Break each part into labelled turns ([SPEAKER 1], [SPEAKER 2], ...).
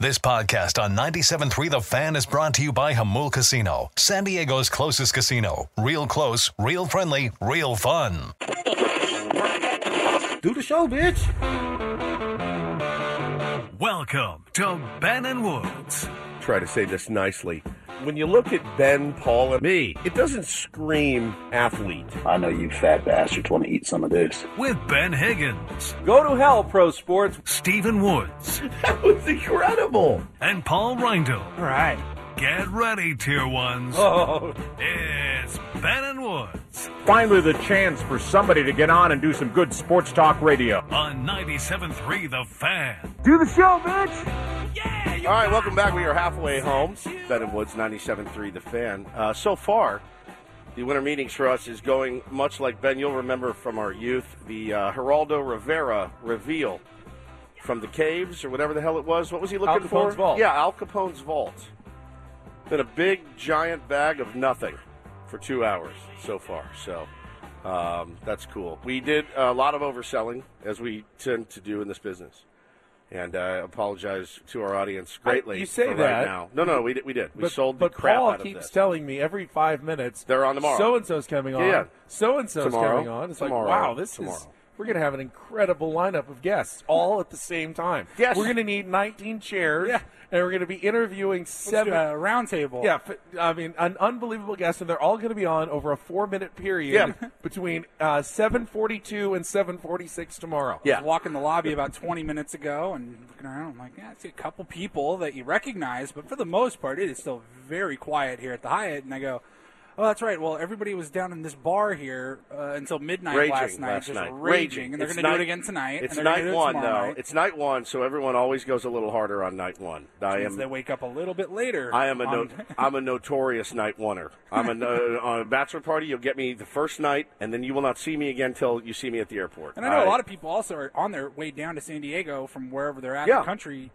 [SPEAKER 1] This podcast on 97.3 The Fan is brought to you by Hamul Casino, San Diego's closest casino. Real close, real friendly, real fun.
[SPEAKER 2] Do the show, bitch.
[SPEAKER 1] Welcome to Ben and Woods.
[SPEAKER 2] Try to say this nicely. When you look at Ben, Paul, and me, it doesn't scream athlete.
[SPEAKER 3] I know you fat bastards want to eat some of this.
[SPEAKER 1] with Ben Higgins,
[SPEAKER 2] Go to hell, pro sports.
[SPEAKER 1] Stephen Woods,
[SPEAKER 2] That was incredible.
[SPEAKER 1] and Paul Reindl.
[SPEAKER 2] Right.
[SPEAKER 1] Get ready, tier ones.
[SPEAKER 2] Oh,
[SPEAKER 1] It's Ben and Woods
[SPEAKER 4] Finally, the chance for somebody to get on and do some good sports talk radio.
[SPEAKER 1] on 97.3 The Fan.
[SPEAKER 4] Do the show, bitch!
[SPEAKER 2] All right, welcome back. We are halfway home. Ben and Woods, 97.3 The Fan. Uh, so far, the winter meetings for us is going much like Ben, you'll remember from our youth, the uh, Geraldo Rivera reveal from the caves or whatever the hell it was. What was he looking
[SPEAKER 5] Al
[SPEAKER 2] for?
[SPEAKER 5] Capone's vault.
[SPEAKER 2] Yeah, Al Capone's vault. Been a big, giant bag of nothing for two hours so far. So um, that's cool. We did a lot of overselling, as we tend to do in this business. And I apologize to our audience greatly.
[SPEAKER 5] you say
[SPEAKER 2] for right
[SPEAKER 5] that,
[SPEAKER 2] now. No, no, we did. We did. We
[SPEAKER 5] but,
[SPEAKER 2] sold the
[SPEAKER 5] but
[SPEAKER 2] crap
[SPEAKER 5] Paul
[SPEAKER 2] out of
[SPEAKER 5] keeps
[SPEAKER 2] this.
[SPEAKER 5] telling me every five minutes
[SPEAKER 2] They're on tomorrow.
[SPEAKER 5] So and so's coming on.
[SPEAKER 2] Yeah, yeah.
[SPEAKER 5] So and so's
[SPEAKER 2] Tomorrow.
[SPEAKER 5] coming on. It's
[SPEAKER 2] Tomorrow.
[SPEAKER 5] like wow, this is
[SPEAKER 2] Tomorrow.
[SPEAKER 5] we're gonna have an incredible lineup of guests all at the same time.
[SPEAKER 2] Yes.
[SPEAKER 5] we're gonna need 19 chairs, and we're gonna be interviewing
[SPEAKER 6] Let's do
[SPEAKER 5] seven.
[SPEAKER 6] a uh, round table.
[SPEAKER 5] Yeah, f- I mean, an unbelievable guest, and they're all going to be on over a four-minute period
[SPEAKER 2] Yeah.
[SPEAKER 5] between uh, 7:42 and 7:46 tomorrow.
[SPEAKER 2] Yeah.
[SPEAKER 6] I was walking the lobby about 20 minutes ago and looking around. I'm like, yeah, I see a couple people that you recognize, but for the most part, it is still very quiet here at the Hyatt. And I go, oh, that's right. Well, everybody was down in this bar here uh, until midnight
[SPEAKER 2] raging
[SPEAKER 6] last night, just
[SPEAKER 2] night.
[SPEAKER 6] raging. And they're
[SPEAKER 2] It's
[SPEAKER 6] going to do
[SPEAKER 2] night-
[SPEAKER 6] it again tonight.
[SPEAKER 2] It's
[SPEAKER 6] and they're gonna
[SPEAKER 2] night
[SPEAKER 6] do it
[SPEAKER 2] one,
[SPEAKER 6] tomorrow
[SPEAKER 2] though.
[SPEAKER 6] night,
[SPEAKER 2] It's night one, so everyone always goes a little harder on night one. I
[SPEAKER 6] since
[SPEAKER 2] am.
[SPEAKER 6] they wake up a little bit later.
[SPEAKER 2] I am a
[SPEAKER 6] on-
[SPEAKER 2] no, I'm a notorious night oneer. I'm a no, on a bachelor party. You'll get me the first night, and then you will not see me again till you see me at the airport.
[SPEAKER 6] And I know a lot of people also are on their way down to San Diego from wherever they're at in
[SPEAKER 2] Yeah.
[SPEAKER 6] the country.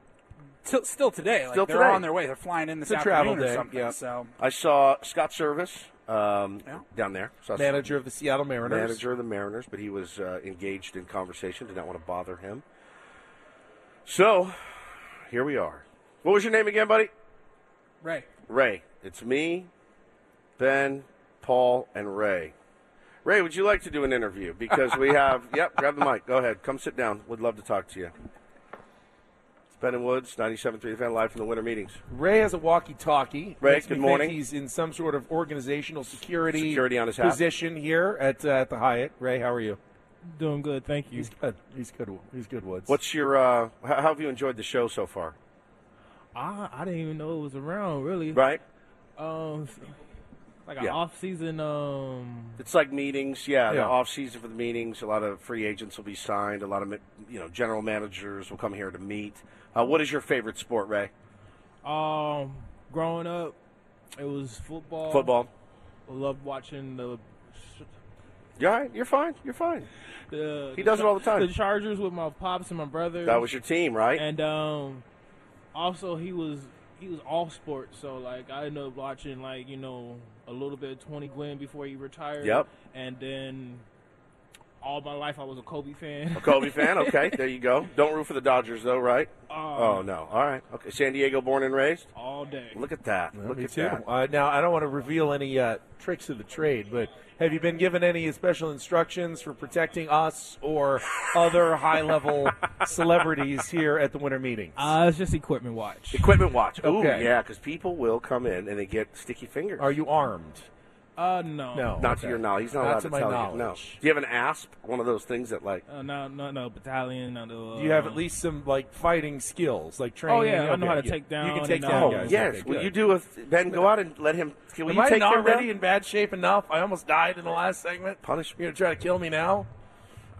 [SPEAKER 6] Till, still today, like
[SPEAKER 2] Still
[SPEAKER 6] they're
[SPEAKER 2] today.
[SPEAKER 6] on their way. They're flying in this
[SPEAKER 5] It's a travel
[SPEAKER 6] afternoon or
[SPEAKER 5] day,
[SPEAKER 6] something.
[SPEAKER 5] yeah.
[SPEAKER 6] So
[SPEAKER 2] I saw Scott Service um,
[SPEAKER 6] Yeah.
[SPEAKER 2] down there. Saw
[SPEAKER 5] Manager of the Seattle Mariners.
[SPEAKER 2] manager of the Mariners, but he was uh, engaged in conversation. Did not want to bother him. So, here we are. What was your name again, buddy?
[SPEAKER 6] right,
[SPEAKER 2] Ray. It's me, Ben, Paul, and Ray. Ray, would you like to do an interview? Because we have. yep, grab the mic. Go ahead. Come sit down. Would love to talk to you. It's Ben and Woods, 97.3 The Fan, live from the winter meetings.
[SPEAKER 5] Ray has a walkie-talkie.
[SPEAKER 2] Ray,
[SPEAKER 5] Makes me
[SPEAKER 2] good
[SPEAKER 5] think
[SPEAKER 2] morning.
[SPEAKER 5] he's in some sort of organizational security,
[SPEAKER 2] Security on his hat.
[SPEAKER 5] position here at uh, at the Hyatt. Ray, how are you?
[SPEAKER 7] Doing good, thank you.
[SPEAKER 5] He's good. He's good. He's good. Woods.
[SPEAKER 2] What's your. Uh, h- how have you enjoyed the show so far?
[SPEAKER 7] I, I didn't even know it was around, really.
[SPEAKER 2] Right?
[SPEAKER 7] Um, s- like an
[SPEAKER 2] Yeah.
[SPEAKER 7] off-season. Um,
[SPEAKER 2] It's like meetings, yeah. The
[SPEAKER 5] Yeah.
[SPEAKER 2] off season for the meetings. A lot of free agents will be signed. A lot of you know general managers will come here to meet. Uh, what is your favorite sport, Ray?
[SPEAKER 7] um, growing up, it was football.
[SPEAKER 2] Football.
[SPEAKER 7] Loved watching the. sh-
[SPEAKER 2] You're all right. You're fine. You're fine.
[SPEAKER 7] the
[SPEAKER 2] He does it all the time.
[SPEAKER 7] The Chargers with my pops and my brother.
[SPEAKER 2] That was your team, right?
[SPEAKER 7] And um, also he was he was off sports, so like I ended up watching like you know a little bit of Tony Gwynn before he retired.
[SPEAKER 2] Yep.
[SPEAKER 7] And then all my life I was a Kobe fan.
[SPEAKER 2] A Kobe fan. Okay, there you go. Don't root for the Dodgers though, right?
[SPEAKER 7] Um,
[SPEAKER 2] Oh no. All right. Okay. San Diego, born and raised.
[SPEAKER 7] All day.
[SPEAKER 2] Look at that.
[SPEAKER 5] Well,
[SPEAKER 2] Look
[SPEAKER 5] me
[SPEAKER 2] at
[SPEAKER 5] too.
[SPEAKER 2] that.
[SPEAKER 5] Uh, now, I don't want to reveal any uh, tricks of the trade, but have you been given any special instructions for protecting us or other high-level celebrities here at the winter meetings?
[SPEAKER 7] Uh, it's just equipment watch.
[SPEAKER 2] Equipment watch. Ooh,
[SPEAKER 5] Okay.
[SPEAKER 2] yeah, because people will come in and they get sticky fingers.
[SPEAKER 5] Are you armed?
[SPEAKER 7] Uh, no.
[SPEAKER 5] No.
[SPEAKER 2] Not
[SPEAKER 5] Okay.
[SPEAKER 2] to your knowledge. He's not,
[SPEAKER 5] Not
[SPEAKER 2] allowed
[SPEAKER 5] to
[SPEAKER 2] to
[SPEAKER 5] my
[SPEAKER 2] tell you. No. Do
[SPEAKER 5] knowledge.
[SPEAKER 2] you have an asp? One of those things that like.
[SPEAKER 7] Uh, no, no, no. Battalion. No, no,
[SPEAKER 5] Do you have
[SPEAKER 7] uh, Oh,
[SPEAKER 5] at least some like fighting skills, like training?
[SPEAKER 7] yeah, I know
[SPEAKER 5] Okay,
[SPEAKER 7] how to
[SPEAKER 5] yeah.
[SPEAKER 7] take down
[SPEAKER 5] You can take
[SPEAKER 7] and,
[SPEAKER 5] down
[SPEAKER 7] uh,
[SPEAKER 2] Oh
[SPEAKER 5] guys.
[SPEAKER 2] yes.
[SPEAKER 5] Okay,
[SPEAKER 2] will
[SPEAKER 5] good.
[SPEAKER 2] you do a Ben? Go out and let him. Can we
[SPEAKER 5] Am I
[SPEAKER 2] take
[SPEAKER 5] not
[SPEAKER 2] him down?
[SPEAKER 5] already in bad shape enough? I almost died in the last segment.
[SPEAKER 2] Punish me.
[SPEAKER 5] You're gonna try to kill me now?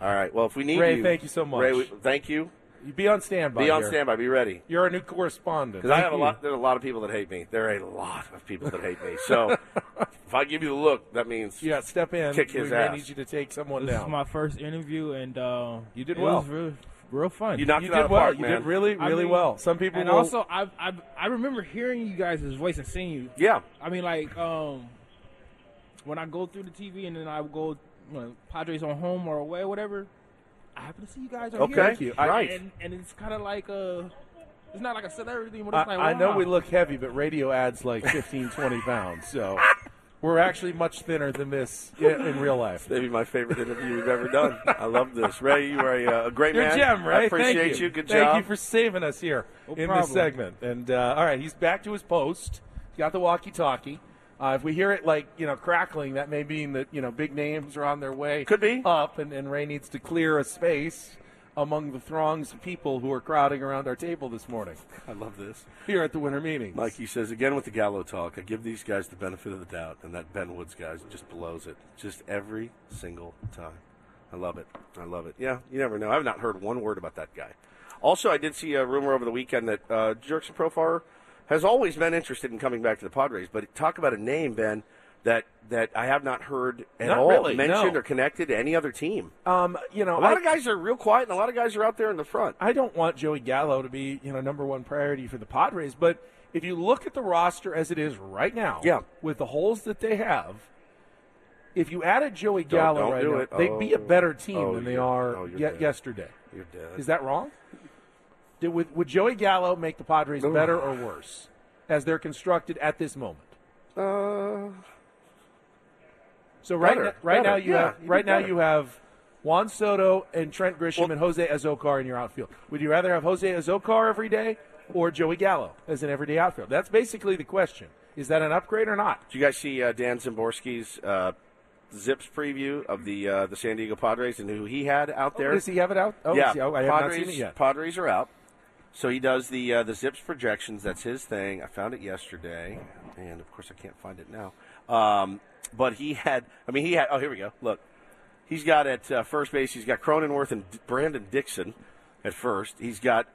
[SPEAKER 2] All right. Well, if we need
[SPEAKER 5] Ray,
[SPEAKER 2] you,
[SPEAKER 5] thank you so much.
[SPEAKER 2] Ray, we, thank you.
[SPEAKER 5] You be on standby.
[SPEAKER 2] Be on
[SPEAKER 5] here.
[SPEAKER 2] standby. Be ready.
[SPEAKER 5] You're a new correspondent.
[SPEAKER 2] Because I
[SPEAKER 5] Thank
[SPEAKER 2] have a
[SPEAKER 5] you.
[SPEAKER 2] lot. There are a lot of people that hate me. There are a lot of people that hate me. So if I give you the look, that means
[SPEAKER 5] Yeah, step in.
[SPEAKER 2] Kick his
[SPEAKER 5] we
[SPEAKER 2] ass.
[SPEAKER 5] may need you to take someone
[SPEAKER 7] This
[SPEAKER 5] down.
[SPEAKER 7] is my first interview, and uh,
[SPEAKER 5] You did
[SPEAKER 7] it
[SPEAKER 5] well.
[SPEAKER 7] Was real, real fun.
[SPEAKER 2] you knocked
[SPEAKER 5] you
[SPEAKER 2] it out
[SPEAKER 5] did
[SPEAKER 2] of
[SPEAKER 5] well.
[SPEAKER 2] the park,
[SPEAKER 5] you
[SPEAKER 2] man.
[SPEAKER 5] did really,
[SPEAKER 7] I
[SPEAKER 5] really
[SPEAKER 7] mean,
[SPEAKER 5] well. Some people
[SPEAKER 7] And
[SPEAKER 5] will-
[SPEAKER 7] also, I, I I remember hearing you guys' voice and seeing you.
[SPEAKER 2] Yeah.
[SPEAKER 7] I mean, like um, when I go through the TV and then I go you know, Padres on home or away, whatever. I happen to see you guys on
[SPEAKER 2] Okay.
[SPEAKER 7] here.
[SPEAKER 2] Thank you.
[SPEAKER 7] And,
[SPEAKER 2] Right.
[SPEAKER 7] and, and it's kind of like uh, It's not like I said everything. But it's like,
[SPEAKER 5] I, I know
[SPEAKER 7] wow.
[SPEAKER 5] we look heavy, but radio adds like 15, 20 pounds. So we're actually much thinner than this i- in real life.
[SPEAKER 2] Maybe my favorite interview we've ever done. I love this. Ray, you are a, uh, a great
[SPEAKER 5] You're
[SPEAKER 2] man.
[SPEAKER 5] a gem,
[SPEAKER 2] I
[SPEAKER 5] Ray.
[SPEAKER 2] appreciate
[SPEAKER 5] Thank you.
[SPEAKER 2] Good
[SPEAKER 5] Thank
[SPEAKER 2] job.
[SPEAKER 5] you for saving us here in this
[SPEAKER 7] problem.
[SPEAKER 5] segment. And uh, all right, he's back to his post. He's got the walkie-talkie. Uh, if we hear it like you know crackling, that may mean that you know big names are on their way.
[SPEAKER 2] Could be.
[SPEAKER 5] up, and, and Ray needs to clear a space among the throngs of people who are crowding around our table this morning
[SPEAKER 2] I love this.
[SPEAKER 5] here at the winter meetings.
[SPEAKER 2] Mikey says again with the Gallo talk, I give these guys the benefit of the doubt, and that Ben Woods guys just blows it, just every single time. I love it. I love it. Yeah, you never know. I've not heard one word about that guy. Also, I did see a rumor over the weekend that uh, Jerks and Profar has always been interested in coming back to the Padres, but talk about a name, Ben, that that I have not heard at
[SPEAKER 5] Not
[SPEAKER 2] all
[SPEAKER 5] really,
[SPEAKER 2] mentioned
[SPEAKER 5] no.
[SPEAKER 2] or connected to any other team.
[SPEAKER 5] um, you know,
[SPEAKER 2] A lot
[SPEAKER 5] I,
[SPEAKER 2] of guys are real quiet, and a lot of guys are out there in the front.
[SPEAKER 5] I don't want Joey Gallo to be, you know, number one priority for the Padres, but if you look at the roster as it is right now,
[SPEAKER 2] Yeah.
[SPEAKER 5] with the holes that they have, if you added Joey Gallo
[SPEAKER 2] don't
[SPEAKER 5] right
[SPEAKER 2] do
[SPEAKER 5] now,
[SPEAKER 2] it.
[SPEAKER 5] they'd be a
[SPEAKER 2] Oh.
[SPEAKER 5] better team
[SPEAKER 2] Oh,
[SPEAKER 5] than they
[SPEAKER 2] you're-
[SPEAKER 5] are
[SPEAKER 2] oh, you're
[SPEAKER 5] ye-
[SPEAKER 2] dead.
[SPEAKER 5] yesterday.
[SPEAKER 2] You're dead.
[SPEAKER 5] Is that wrong? Did, would, would Joey Gallo make the Padres better or worse as they're constructed at this moment?
[SPEAKER 2] Uh,
[SPEAKER 5] So right,
[SPEAKER 2] Better,
[SPEAKER 5] now, right
[SPEAKER 2] better,
[SPEAKER 5] now you
[SPEAKER 2] yeah,
[SPEAKER 5] have
[SPEAKER 2] you do
[SPEAKER 5] right now
[SPEAKER 2] better.
[SPEAKER 5] you have Juan Soto and Trent Grisham
[SPEAKER 2] Well-
[SPEAKER 5] and Jose Azokar in your outfield. Would you rather have Jose Azokar every day or Joey Gallo as an everyday outfield? That's basically the question. Is that an upgrade or not?
[SPEAKER 2] Did you guys see uh, Dan Zimborski's uh, Zips preview of the uh, the San Diego Padres and who he had out there?
[SPEAKER 5] Does he have it out? Oh,
[SPEAKER 2] yeah,
[SPEAKER 5] is he- oh, I have
[SPEAKER 2] Padres,
[SPEAKER 5] not seen it yet.
[SPEAKER 2] Padres are out, so he does the uh, the Zips projections. That's his thing. I found it yesterday, and of course I can't find it now. Um, but he had, I mean, he had. Oh, here we go. Look, he's got at uh, first base. He's got Cronenworth and D- Brandon Dixon at first. He's got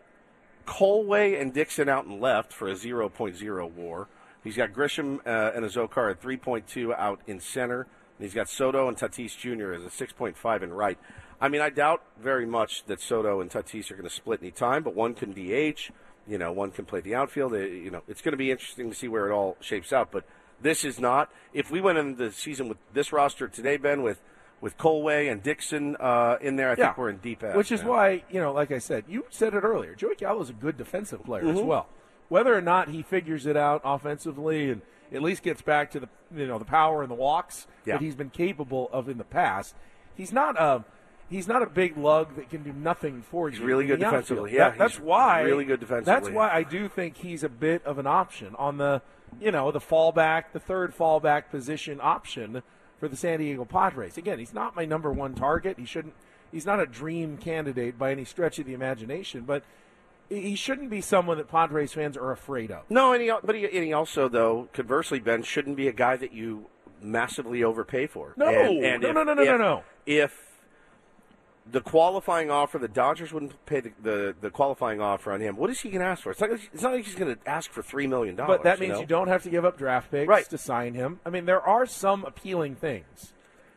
[SPEAKER 2] Colway and Dixon out and left for a 0.0 war. He's got Grisham uh, and Azokar at 3.2 out in center. And he's got Soto and Tatis Jr. as a 6.5 in right. I mean, I doubt very much that Soto and Tatis are going to split any time, but one can DH. You know, one can play the outfield. uh, You know, it's going to be interesting to see where it all shapes out. But this is not. If we went into the season with this roster today, Ben, with with Colway and Dixon uh, in there, I think we're in deep ass.
[SPEAKER 5] Which is
[SPEAKER 2] man.
[SPEAKER 5] why, you know, like I said, you said it earlier. Joey Gallo's a good defensive player
[SPEAKER 2] Mm-hmm.
[SPEAKER 5] as well. Whether or not he figures it out offensively and at least gets back to the you know the power and the walks
[SPEAKER 2] Yeah.
[SPEAKER 5] that he's been capable of in the past, he's not a he's not a big lug that can do nothing for you.
[SPEAKER 2] really
[SPEAKER 5] in
[SPEAKER 2] good
[SPEAKER 5] the outfield.
[SPEAKER 2] defensively.
[SPEAKER 5] That-
[SPEAKER 2] Yeah, he's
[SPEAKER 5] that's why
[SPEAKER 2] really good
[SPEAKER 5] That's
[SPEAKER 2] defensively.
[SPEAKER 5] why I do think he's a bit of an option on the you know the fallback, the third fallback position option for the San Diego Padres. Again, he's not my number one target. He shouldn't. He's not a dream candidate by any stretch of the imagination, but he he shouldn't be someone that Padres fans are afraid of.
[SPEAKER 2] No, and he, al- but he, and he also, though, conversely, Ben shouldn't be a guy that you massively overpay for.
[SPEAKER 5] No.
[SPEAKER 2] and, and
[SPEAKER 5] No,
[SPEAKER 2] if,
[SPEAKER 5] no, no, no,
[SPEAKER 2] if,
[SPEAKER 5] no, no.
[SPEAKER 2] If the qualifying offer, the Dodgers wouldn't pay the, the, the qualifying offer on him. What is he going to ask for? It's not, like- it's not like he's going to ask for three million dollars.
[SPEAKER 5] But that means
[SPEAKER 2] you,
[SPEAKER 5] you,
[SPEAKER 2] know?
[SPEAKER 5] don't have to give up draft picks
[SPEAKER 2] Right.
[SPEAKER 5] to sign him. I mean, there are some appealing things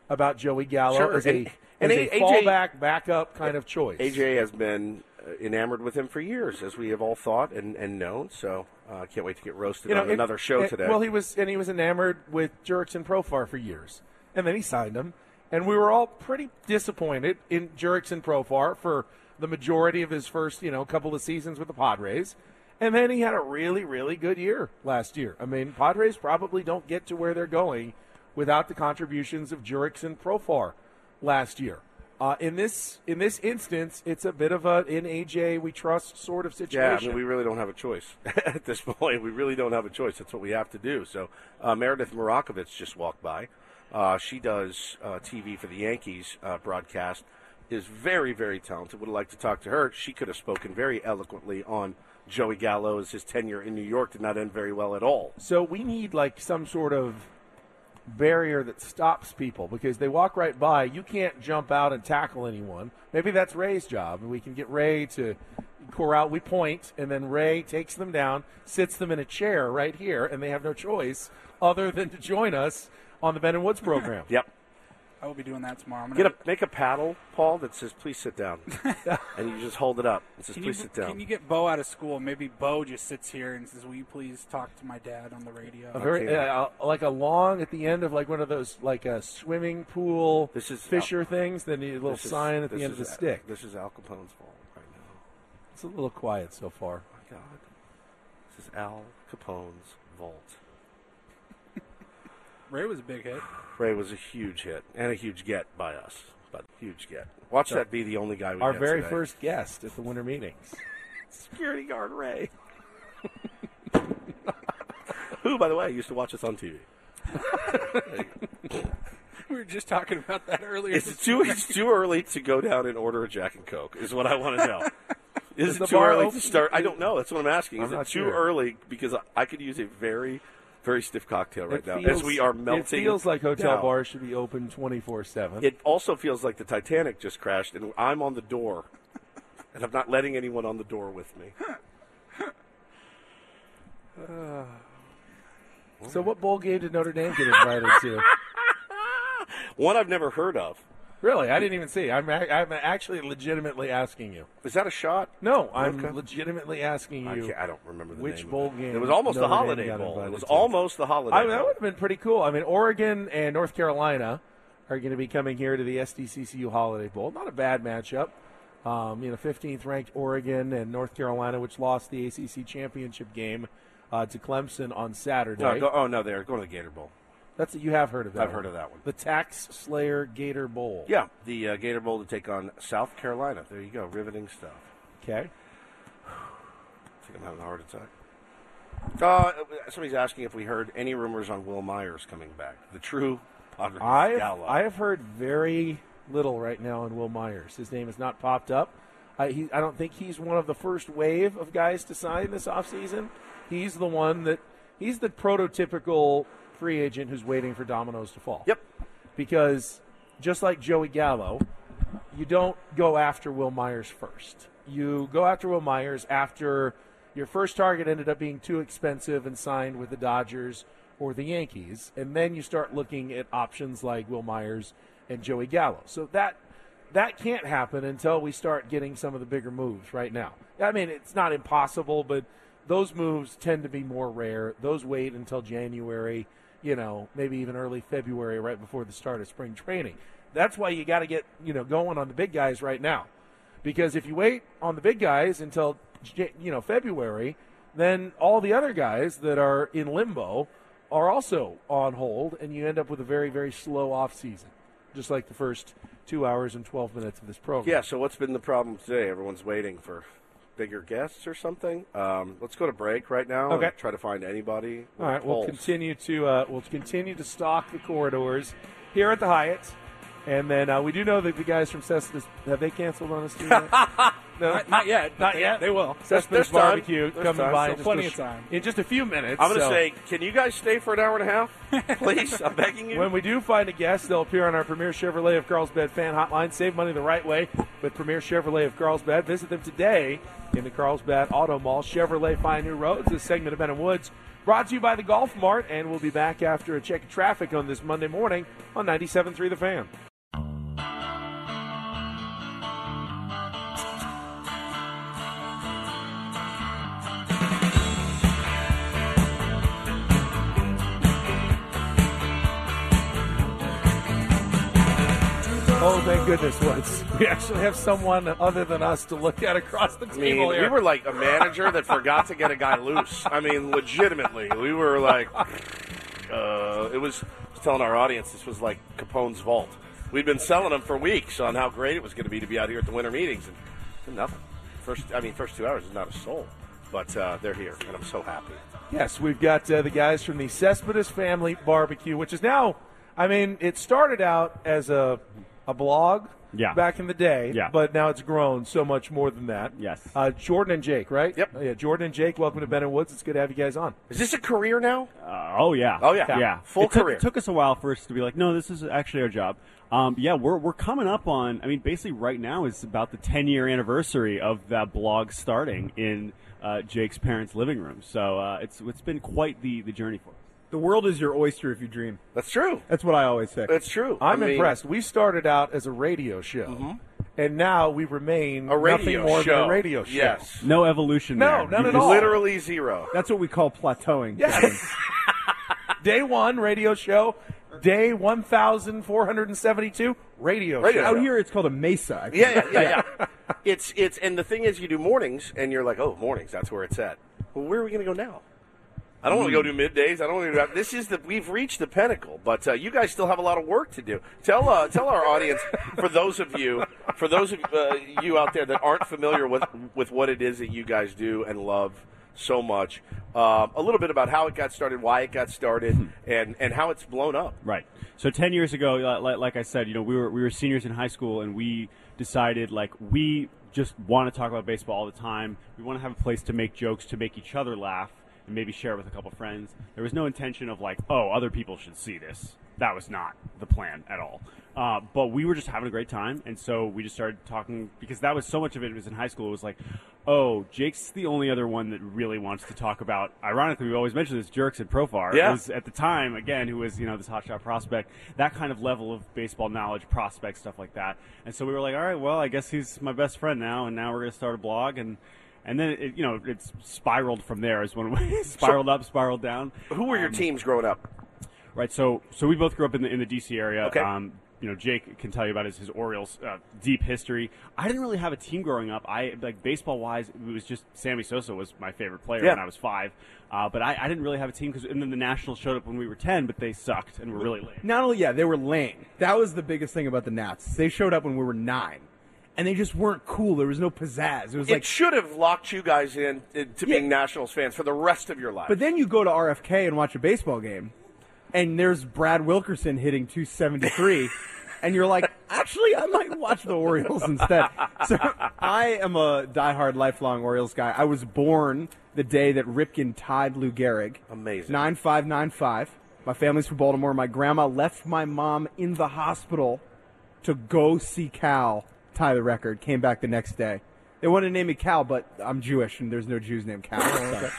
[SPEAKER 5] about Joey Gallo
[SPEAKER 2] Sure,
[SPEAKER 5] as a,
[SPEAKER 2] and- and
[SPEAKER 5] as a
[SPEAKER 2] A- AJ
[SPEAKER 5] fallback, backup kind of choice.
[SPEAKER 2] AJ has been uh, enamored with him for years, as we have all thought and, and known. So I uh, can't wait to get roasted on
[SPEAKER 5] it-
[SPEAKER 2] another show
[SPEAKER 5] it-
[SPEAKER 2] today.
[SPEAKER 5] Well, he was and he was enamored with Jurickson and Profar for years, and then he signed him, and we were all pretty disappointed in Jurickson and Profar for the majority of his first you know couple of seasons with the Padres, and then he had a really really good year last year. I mean, Padres probably don't get to where they're going without the contributions of Jurickson and Profar last year. Uh, in this in this instance, it's a bit of a in AJ we trust sort of situation.
[SPEAKER 2] Yeah, I mean, we really don't have a choice at this point. We really don't have a choice. That's what we have to do. So uh, Meredith Morakovitz just walked by. Uh, she does uh, TV for the Yankees uh, broadcast. Is very very talented. Would like to talk to her. She could have spoken very eloquently on Joey Gallo as his tenure in New York did not end very well at all.
[SPEAKER 5] So we need like some sort of barrier that stops people because they walk right by. You can't jump out and tackle anyone. Maybe that's Ray's job, and we can get Ray to corral. We point, and then Ray takes them down, sits them in a chair right here, and they have no choice other than to join us on the Ben and Woods program.
[SPEAKER 2] Yep.
[SPEAKER 6] I will be doing that tomorrow. I'm gonna
[SPEAKER 2] Get a make a paddle, Paul, that says please sit down, and you just hold it up. It says
[SPEAKER 6] Can you,
[SPEAKER 2] please sit down.
[SPEAKER 6] can you get Bo out of school? Maybe Bo just sits here and says, "Will you please talk to my dad on the radio?"
[SPEAKER 5] A very uh, like a long at the end of like one of those like a swimming pool
[SPEAKER 2] This is-
[SPEAKER 5] Fisher things. Then a little
[SPEAKER 2] This is-
[SPEAKER 5] sign at the
[SPEAKER 2] this
[SPEAKER 5] end of the
[SPEAKER 2] is-
[SPEAKER 5] stick.
[SPEAKER 2] This is Al Capone's fault right now.
[SPEAKER 5] It's a little quiet so far.
[SPEAKER 2] God. This is Al Capone's vault.
[SPEAKER 6] Ray was a big hit.
[SPEAKER 2] Ray was a huge hit and a huge get by us, but huge get. Watch that be the only guy we
[SPEAKER 5] Our
[SPEAKER 2] get
[SPEAKER 5] very
[SPEAKER 2] today.
[SPEAKER 5] first guest at the winter meetings.
[SPEAKER 2] security guard Ray. Who, by the way, used to watch us on TV.
[SPEAKER 6] We were just talking about that earlier.
[SPEAKER 2] Is it too it's too early to go down and order a Jack and Coke? Is what I want to know. Is,
[SPEAKER 5] the
[SPEAKER 2] it too
[SPEAKER 5] bar
[SPEAKER 2] early
[SPEAKER 5] open?
[SPEAKER 2] to start? I don't know. That's what I'm asking. Is
[SPEAKER 5] I'm
[SPEAKER 2] it
[SPEAKER 5] not
[SPEAKER 2] too
[SPEAKER 5] sure.
[SPEAKER 2] early? Because I, I could use a very, very stiff cocktail right
[SPEAKER 5] It
[SPEAKER 2] now
[SPEAKER 5] feels-
[SPEAKER 2] as we are melting.
[SPEAKER 5] It feels like hotel
[SPEAKER 2] down.
[SPEAKER 5] bars should be open 24 7.
[SPEAKER 2] It also feels like the Titanic just crashed and I'm on the door, and I'm not letting anyone on the door with me.
[SPEAKER 5] So, what bowl game did Notre Dame get invited to?
[SPEAKER 2] One I've never heard of.
[SPEAKER 5] Really? I didn't even see. I'm, ac- I'm actually legitimately asking you.
[SPEAKER 2] Is that a shot?
[SPEAKER 5] No, I'm
[SPEAKER 2] Okay.
[SPEAKER 5] legitimately asking
[SPEAKER 2] I,
[SPEAKER 5] you.
[SPEAKER 2] can't, I don't remember the
[SPEAKER 5] Which
[SPEAKER 2] name of
[SPEAKER 5] bowl
[SPEAKER 2] it.
[SPEAKER 5] game
[SPEAKER 2] It was almost the
[SPEAKER 5] Notre
[SPEAKER 2] Holiday
[SPEAKER 5] Dame got
[SPEAKER 2] Bowl. It
[SPEAKER 5] invited
[SPEAKER 2] was
[SPEAKER 5] to?
[SPEAKER 2] almost the Holiday
[SPEAKER 5] I mean, that
[SPEAKER 2] Bowl.
[SPEAKER 5] would have been pretty cool. I mean, Oregon and North Carolina are going to be coming here to the SDCCU Holiday Bowl. Not a bad matchup. Um, you know, 15th ranked Oregon and North Carolina, which lost the ACC championship game uh, to Clemson on Saturday.
[SPEAKER 2] No, go, oh no, there. Go to the Gator Bowl.
[SPEAKER 5] That's you have heard of that.
[SPEAKER 2] I've
[SPEAKER 5] one.
[SPEAKER 2] heard of that one.
[SPEAKER 5] The Tax Slayer Gator Bowl.
[SPEAKER 2] Yeah, the uh, Gator Bowl to take on South Carolina. There you go, riveting stuff.
[SPEAKER 5] Okay.
[SPEAKER 2] I think I'm having a heart attack. Uh, somebody's asking if we heard any rumors on Will Myers coming back. The true Padres
[SPEAKER 5] I have,
[SPEAKER 2] Gallo.
[SPEAKER 5] I have heard very little right now on Will Myers. His name has not popped up. I, he, I don't think he's one of the first wave of guys to sign this offseason. He's the one that he's the prototypical free agent who's waiting for dominoes to fall.
[SPEAKER 2] Yep.
[SPEAKER 5] Because just like Joey Gallo, you don't go after Will Myers first. You go after Will Myers after your first target ended up being too expensive and signed with the Dodgers or the Yankees, and then you start looking at options like Will Myers and Joey Gallo. So that that can't happen until we start getting some of the bigger moves right now. I mean, it's not impossible, but those moves tend to be more rare. Those wait until January, you know, maybe even early February, right before the start of spring training. That's why you got to get you know going on the big guys right now, because if you wait on the big guys until J- you know February, then all the other guys that are in limbo are also on hold, and you end up with a very very slow off season, just like the first two hours and twelve minutes of this program.
[SPEAKER 2] Yeah, so what's been the problem today? Everyone's waiting for bigger guests or something. Um, let's go to break right now.
[SPEAKER 5] Okay.
[SPEAKER 2] And try to find anybody. with
[SPEAKER 5] All right, we'll
[SPEAKER 2] polls.
[SPEAKER 5] continue to uh, we'll continue to stalk the corridors here at the Hyatt, and then uh, we do know that the guys from Cestus have they canceled on us too? yet? no,
[SPEAKER 6] Not yet.
[SPEAKER 5] not
[SPEAKER 6] They-
[SPEAKER 5] yet.
[SPEAKER 6] They will.
[SPEAKER 5] Cestus
[SPEAKER 2] There's time.
[SPEAKER 5] Barbecue
[SPEAKER 2] There's
[SPEAKER 5] coming
[SPEAKER 2] time.
[SPEAKER 5] by
[SPEAKER 2] Still
[SPEAKER 5] in just
[SPEAKER 6] plenty
[SPEAKER 5] a
[SPEAKER 6] of
[SPEAKER 5] sh-
[SPEAKER 6] time.
[SPEAKER 5] in just a few minutes.
[SPEAKER 2] I'm going to
[SPEAKER 5] so
[SPEAKER 2] say, can you guys stay for an hour and a half? Please, I'm begging you.
[SPEAKER 5] When we do find a guest, they'll appear on our Premier Chevrolet of Carlsbad fan hotline. Save money the right way with Premier Chevrolet of Carlsbad. Visit them today in the Carlsbad Auto Mall. Chevrolet Find New Roads. This segment of Ben and Woods brought to you by the Golf Mart, and we'll be back after a check of traffic on this Monday morning on 97.3 The Fan. Oh, thank goodness, Woods. We actually have someone other than us to look at across the
[SPEAKER 2] I mean,
[SPEAKER 5] table here.
[SPEAKER 2] we were like a manager that forgot to get a guy loose. I mean, legitimately, we were like, uh, it was. I was telling our audience this was like Capone's vault. We'd been selling them for weeks on how great it was going to be to be out here at the winter meetings, and nothing. First, I mean, first two hours is not a soul, but uh, they're here, and I'm so happy.
[SPEAKER 5] Yes, we've got uh, the guys from the Cespedes Family Barbecue, which is now, I mean, it started out as a, a blog
[SPEAKER 4] Yeah.
[SPEAKER 5] back in the day,
[SPEAKER 4] Yeah.
[SPEAKER 5] but now it's grown so much more than that.
[SPEAKER 4] Yes.
[SPEAKER 5] Uh, Jordan and Jake, right?
[SPEAKER 2] Yep.
[SPEAKER 5] Uh, yeah, Jordan and Jake, welcome to Ben and Woods. It's good to have you guys on.
[SPEAKER 2] Is this a career now?
[SPEAKER 8] Uh, oh yeah.
[SPEAKER 2] Oh, yeah.
[SPEAKER 8] Yeah.
[SPEAKER 2] Full
[SPEAKER 8] it took,
[SPEAKER 2] career.
[SPEAKER 8] It took us a while for us to be like, no, this is actually our job. Um, yeah, we're we're coming up on. I mean, basically, right now is about the 10 year anniversary of that blog starting in uh, Jake's parents' living room. So uh, it's it's been quite the the journey for us.
[SPEAKER 9] The world is your oyster if you dream.
[SPEAKER 2] That's true.
[SPEAKER 9] That's what I always say.
[SPEAKER 2] That's true. I
[SPEAKER 5] I'm
[SPEAKER 2] mean, Mm-hmm.
[SPEAKER 5] impressed. We started out as a radio show, and now we remain
[SPEAKER 2] A radio
[SPEAKER 5] nothing more
[SPEAKER 2] show.
[SPEAKER 5] than a radio show.
[SPEAKER 2] Yes.
[SPEAKER 8] No evolution.
[SPEAKER 5] No,
[SPEAKER 8] there.
[SPEAKER 5] none
[SPEAKER 8] You
[SPEAKER 5] at
[SPEAKER 8] just-
[SPEAKER 5] all.
[SPEAKER 2] Literally zero.
[SPEAKER 9] That's what we call plateauing.
[SPEAKER 5] Yes. Day one radio show, Day 1472, radio.
[SPEAKER 2] Radio
[SPEAKER 5] show.
[SPEAKER 2] show.
[SPEAKER 9] Out here, it's called a mesa. I think.
[SPEAKER 2] Yeah, yeah, yeah, yeah. it's it's and the thing is, you do mornings, and you're like, oh, mornings. That's where it's at. Well, where are we going to go now? I don't want to go do middays. I don't want to. Do, this is the we've reached the pinnacle, but uh, you guys still have a lot of work to do. Tell uh, tell our audience for those of you for those of uh, you out there that aren't familiar with with what it is that you guys do and love so much, um, a little bit about how it got started, why it got started, and and how it's blown up.
[SPEAKER 8] Right. So ten years ago, li- li- like I said, you know, we were we were seniors in high school, and we decided like we just want to talk about baseball all the time. We want to have a place to make jokes, to make each other laugh, and maybe share with a couple friends. There was no intention of like, oh, other people should see this. That was not the plan at all. Uh, but we were just having a great time, and so we just started talking because that was so much of it was in high school. It was like, oh, Jake's the only other one that really wants to talk about. Ironically, we always mention this. Jerks at Profar
[SPEAKER 2] Yeah.
[SPEAKER 8] was at the time, again, who was, you know, this hotshot prospect, that kind of level of baseball knowledge, prospect, stuff like that. And so we were like, all right, well, I guess he's my best friend now, and now we're going to start a blog. And, and then, it, you know, it's spiraled from there is when it spiraled up, spiraled down.
[SPEAKER 2] Who were
[SPEAKER 8] Um,
[SPEAKER 2] your teams growing up?
[SPEAKER 8] Right. So, so we both grew up in the in the DC area.
[SPEAKER 2] Okay.
[SPEAKER 8] Um, you know, Jake can tell you about his, his Orioles uh, deep history. I didn't really have a team growing up. I like baseball wise, it was just Sammy Sosa was my favorite player
[SPEAKER 2] Yeah.
[SPEAKER 8] when I was five. Uh, but I, I didn't really have a team because, and then the Nationals showed up when we were ten, but they sucked and were really lame.
[SPEAKER 9] Not only, yeah, they were lame. That was the biggest thing about the Nats. They showed up when we were nine, and they just weren't cool. There was no pizzazz. It was
[SPEAKER 2] It
[SPEAKER 9] like
[SPEAKER 2] should have locked you guys in uh, to being
[SPEAKER 9] Yeah.
[SPEAKER 2] Nationals fans for the rest of your life.
[SPEAKER 9] But then you go to RFK and watch a baseball game, and there's Brad Wilkerson hitting 273, and you're like, actually, I might watch the Orioles instead. So I am a diehard, lifelong Orioles guy. I was born the day that Ripken tied Lou Gehrig.
[SPEAKER 2] Amazing.
[SPEAKER 9] 9595. My family's from Baltimore. My grandma left my mom in the hospital to go see Cal tie the record. Came back the next day. They wanted to name me Cal, but I'm Jewish and there's no Jews named Cal. so.